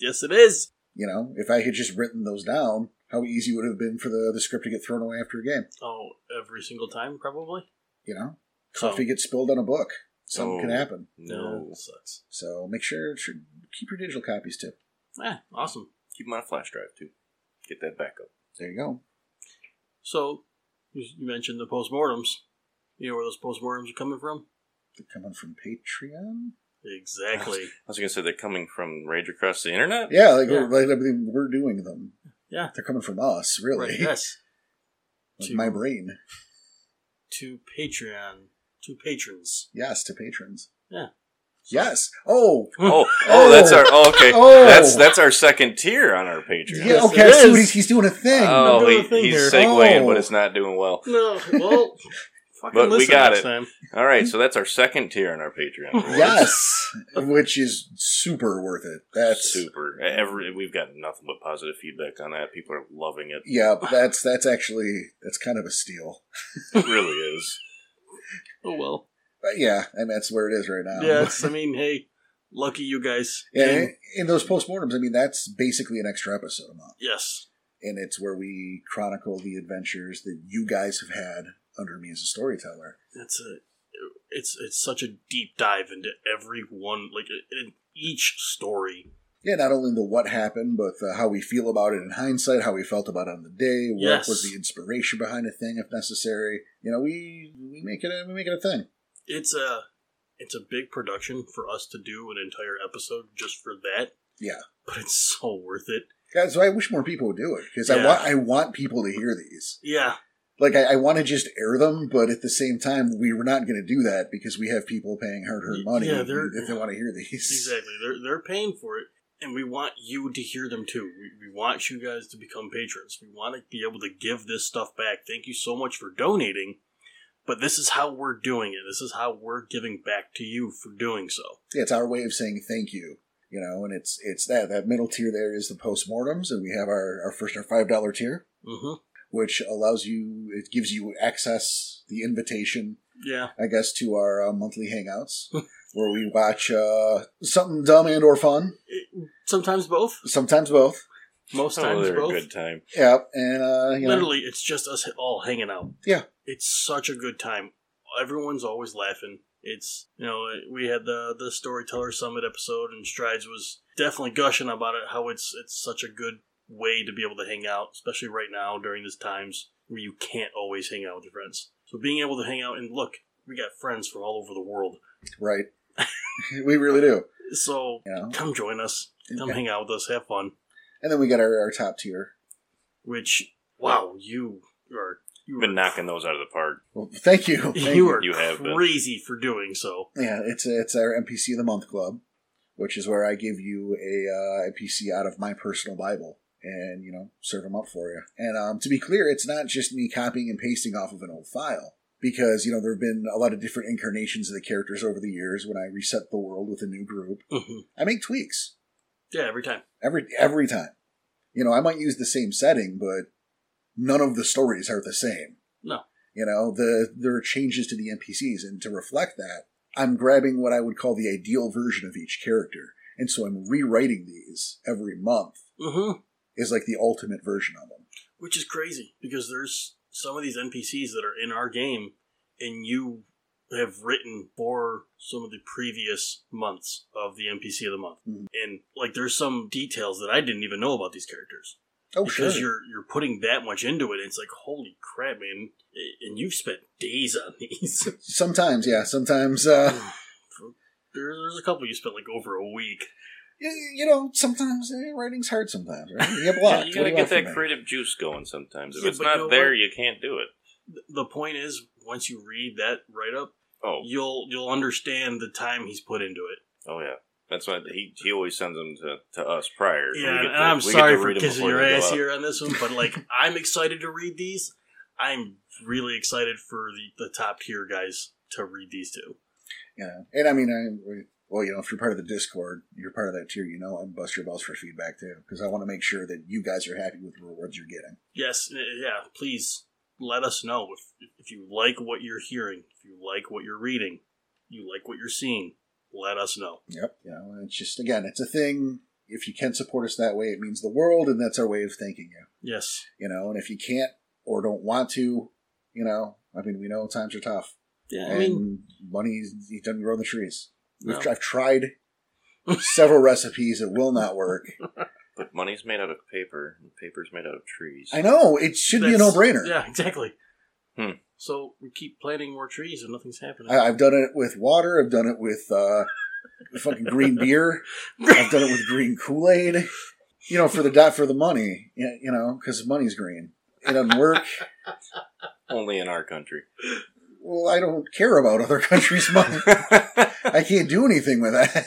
yes, it is. You know, if I had just written those down, how easy would it have been for the, the script to get thrown away after a game? Oh, every single time, probably. Oh. You know, So coffee gets spilled on a book. Something can Oh. happen. No. Yeah, that sucks. So make sure, sure keep your digital copies too. Ah, awesome. Keep them on a flash drive too. Get that backup. There you go. So you you mentioned the postmortems. You know where those postmortems are coming from? They're coming from Patreon. Exactly. I was gonna say they're coming from Rage Across the Internet. Yeah, like, Yeah. We're, like I mean, we're doing them. Yeah. they're coming from us, really. Right, yes. Like To- my brain. To Patreon. To patrons. Yes, to patrons. Yeah. Yes. Oh, Oh, oh, that's our oh, okay. Oh. That's that's our second tier on our Patreon. yeah. Yes, Okay, it I see what is. he's, he's doing a thing. Oh, doing he, a thing he's here. segueing, Oh. but it's not doing well. No, well, fucking But we listen got next it. time. All right, so that's our second tier on our Patreon. Yes, which is super worth it. That's super. Every we've got nothing but positive feedback on that. People are loving it. Yeah, but that's that's actually that's kind of a steal. It really is. Oh well. But yeah, I mean that's where it is right now. Yeah, it's, I mean, hey, lucky you guys. Um, Yeah, And- and in those postmortems, I mean that's basically an extra episode a month, yes. and it's where we chronicle the adventures that you guys have had under me as a storyteller. That's a it's it's such a deep dive into every one like in each story. Yeah, not only the what happened, but the, how we feel about it in hindsight, how we felt about it on the day, what Yes. was the inspiration behind a thing, if necessary. You know, we we make it a, we make it a thing. It's a it's a big production for us to do an entire episode just for that, Yeah, but it's so worth it. yeah. So I wish more people would do it because I Yeah. want I want people to hear these. Yeah. Like I, I want to just air them, but at the same time, we were not going to do that because we have people paying hard earned Y- money yeah, they're- if they want to hear these. Exactly. They're they're paying for it, and we want you to hear them too. We, we want you guys to become patrons. We want to be able to give this stuff back. Thank you so much for donating, but this is how we're doing it. This is how we're giving back to you for doing so. Yeah, it's our way of saying thank you. You know, and it's it's that that middle tier there is the postmortems, and we have our our first our five dollar tier. Mm-hmm. which allows you it gives you access the invitation Yeah. i guess to our uh, monthly hangouts where we watch uh, something dumb and or fun It- sometimes both. sometimes both Most Oh, times they're a both. good time. yeah and uh, you know, Literally, it's just us all hanging out. Yeah. It's such a good time. Everyone's always laughing. It's you know we had the the storyteller summit episode and Strides was definitely gushing about it. How it's it's such a good way to be able to hang out, especially right now during these times where you can't always hang out with your friends. So being able to hang out and look, we got friends from all over the world. right we really do So you know come join us, come Okay. hang out with us, have fun. and then we got our, our top tier Which wow, you are you Been are knocking those out of the park. well thank you thank you you, were You have been. crazy for doing so. yeah it's it's our npc of the month club which is where i give you a uh, npc out of my personal bible and you know serve them up for you and um, to be clear it's not just me copying and pasting off of an old file because you know there have been a lot of different incarnations of the characters over the years when i reset the world with a new group i make tweaks Yeah, every time. every every time you know i might use the same setting but none of the stories are the same No. you know the there are changes to the npcs and to reflect that i'm grabbing what i would call the ideal version of each character and so i'm rewriting these every month Mm-hmm. is like the ultimate version of them Which is crazy because there's some of these NPCs that are in our game, and you have written for some of the previous months of the NPC of the month, Mhm. and like there's some details that I didn't even know about these characters oh because you're you're putting that much into it. And it's like holy crap, man! And you've spent days on these. sometimes yeah sometimes uh There- There's a couple you spent like over a week. y- you know sometimes eh, writing's hard sometimes right you get Yeah, blocked you What gotta do get want that from me? creative juice going sometimes. If Yeah, it's but not you know there, what? you can't do it. Th- The point is, once you read that write up, Oh, you'll you'll understand the time he's put into it. oh yeah. That's why he he always sends them to, to us prior. We Yeah, get and to- I'm we get sorry to for read 'em kissing before your they go ass up. here on this one, but like I'm excited to read these. I'm really excited for the, the top tier guys to read these two. Yeah, and I mean, I, we- well, you know, if you're part of the Discord, you're part of that tier, you know, and bust your balls for feedback too, because I want to make sure that you guys are happy with the rewards you're getting. Yes, uh, yeah. Please let us know if if you like what you're hearing, if you like what you're reading, you like what you're seeing. Let us know. Yep. You know, and it's just again, it's a thing. If you can support us that way, it means the world, and that's our way of thanking you. Yes, You know, and if you can't or don't want to, you know, I mean, we know times are tough, yeah. and I mean, money it doesn't grow on the trees. We've, no. I've tried several recipes; it will not work. But money's made out of paper, and paper's made out of trees. I know it should be a That's- no-brainer. Yeah, exactly. Hmm. So we keep planting more trees and nothing's happening. I, I've done it with water. I've done it with uh, fucking green beer. I've done it with green Kool Aid. You know, for the dot for the money. You you know, because money's green. It doesn't work. Only in our country. Well, I don't care about other countries' money. I can't do anything with that.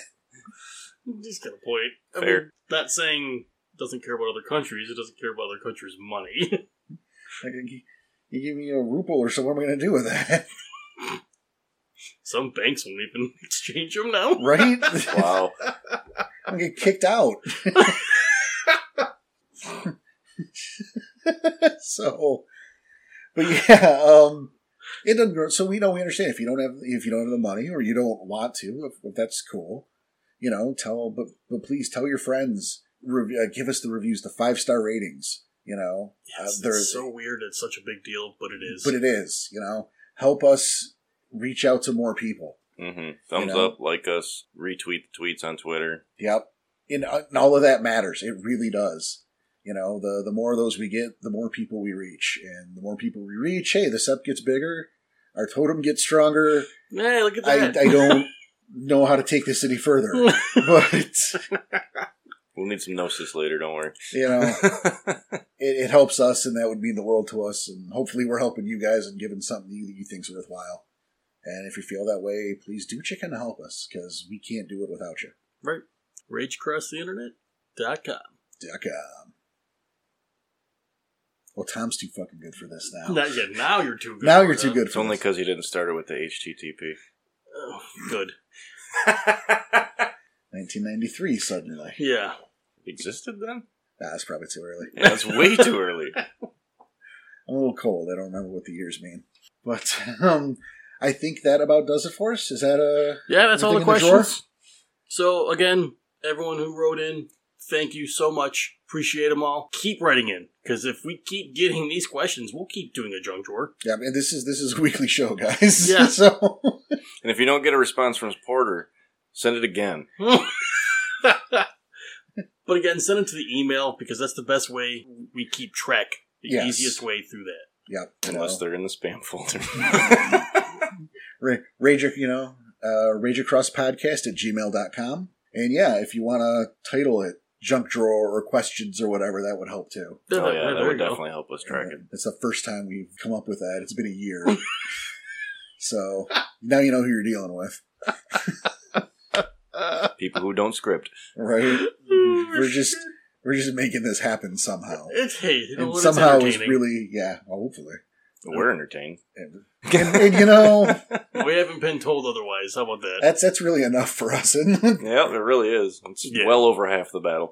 He's got a point. I Fair. mean, not saying doesn't care about other countries. It doesn't care about other countries' money. Like, you- you give me a rouble or so, what am I going to do with that? Some banks won't even exchange them now. Right? wow. I'm going to get kicked out. so, but yeah, um, it doesn't grow. So we know we understand if you don't have if you don't have the money or you don't want to, if, if that's cool, you know, tell. But but please tell your friends. Rev- uh, give us the reviews, the five star ratings. You know, Uh, Yes, there- it's so weird. It's such a big deal, but it is. but it is. You know, help us reach out to more people. hmm Thumbs You know? up, like us, retweet the tweets on Twitter. Yep. And, uh, and all of that matters. It really does. You know, the, the more of those we get, the more people we reach. And the more people we reach, hey, the sep gets bigger. Our totem gets stronger. hey, look at I, that. I don't know how to take this any further. But, We'll need some gnosis later, don't worry. you know, it, it helps us, and that would mean the world to us. And hopefully, we're helping you guys and giving something to you that you think's worthwhile. And if you feel that way, please do check in to help us because we can't do it without you. right. RageCrossTheInternet.com. Duck, um, Well, Tom's too fucking good for this now. Not yet. Now you're too good. Oh. now for you're too that. good It's for only this. because you didn't start it with the HTTP. Oh, good. 1993 suddenly. Yeah. Existed then? Nah, that's probably too early. Yeah, that's way too early. I'm a little cold. I don't remember what the years mean. But um, I think that about does it for us. Is that a Yeah, that's all the Everything in the drawer? questions. so again, everyone who wrote in, thank you so much. Appreciate them all. Keep writing in because if we keep getting these questions, we'll keep doing a junk drawer. yeah? man, this is this is a weekly show, guys. Yeah. so And if you don't get a response from Porter, send it again. but again, send them to the email because that's the best way we keep track. The Yes. easiest way through that. yeah, you know, Unless they're in the spam folder. Ra- rage, you know, uh, rageacrosspodcast at gmail.com. And yeah, if you want to title it junk drawer or questions or whatever, that would help too. oh, There yeah, that you would go. definitely help us track it. It's the first time we've come up with that. It's been a year. so now you know who you're dealing with, People who don't script. right? Oh, We're just we're just making this happen somehow. It's hey, you know And what? somehow it's it's entertaining. really yeah, well, hopefully. We're entertained. And, and- and, you know, we haven't been told otherwise. How about that? that's that's really enough for us. And Yeah, it really is. It's Yeah. well over half the battle.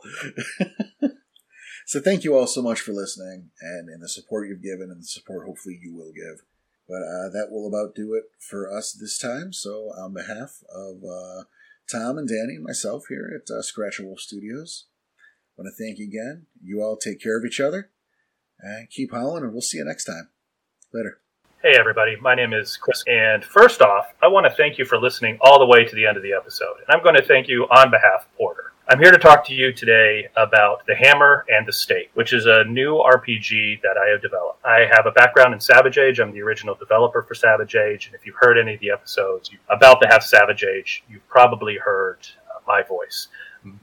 so thank you all so much for listening and, and the support you've given and the support hopefully you will give. But uh, that will about do it for us this time. So on behalf of uh, Tom and Danny and myself here at uh, Scratch and Wolf Studios, I want to thank you again. You all take care of each other and keep howling, and we'll see you next time. Later. Hey, everybody. My name is Chris. And first off, I want to thank you for listening all the way to the end of the episode. And I'm going to thank you on behalf of Porter. I'm here to talk to you today about The Hammer and the Stake, which is a new RPG that I have developed. I have a background in Savage Age. I'm the original developer for Savage Age. And if you've heard any of the episodes about the have Savage Age, you've probably heard uh, my voice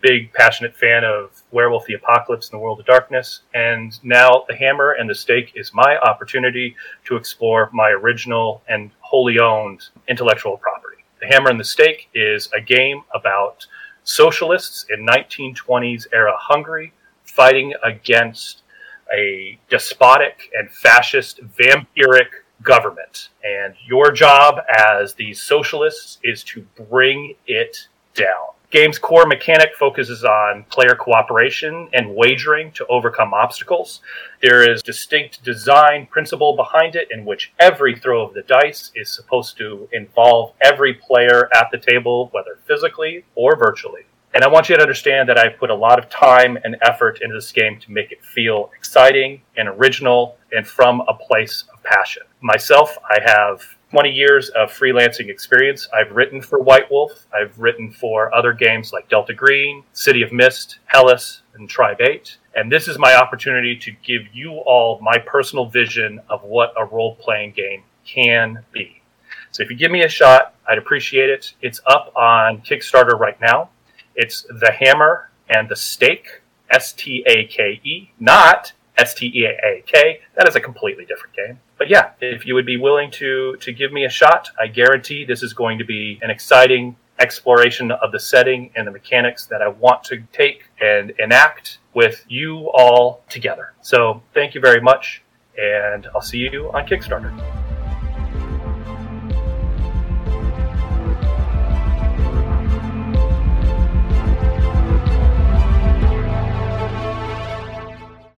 big passionate fan of Werewolf the Apocalypse and the World of Darkness, and now The Hammer and the Stake is my opportunity to explore my original and wholly owned intellectual property. The Hammer and the Stake is a game about socialists in 1920s era Hungary fighting against a despotic and fascist vampiric government. And your job as these socialists is to bring it down. Game's core mechanic focuses on player cooperation and wagering to overcome obstacles. There is distinct design principle behind it in which every throw of the dice is supposed to involve every player at the table, whether physically or virtually. And I want you to understand that I put a lot of time and effort into this game to make it feel exciting and original and from a place of passion. Myself, I have 20 years of freelancing experience. I've written for White Wolf. I've written for other games like Delta Green, City of Mist, Hellas, and Tribe 8. And this is my opportunity to give you all my personal vision of what a role playing game can be. So if you give me a shot, I'd appreciate it. It's up on Kickstarter right now. It's The Hammer and the Stake, S T A K E, not S T E A K. That is a completely different game. But yeah, if you would be willing to to give me a shot, I guarantee this is going to be an exciting exploration of the setting and the mechanics that I want to take and enact with you all together. So, thank you very much and I'll see you on Kickstarter.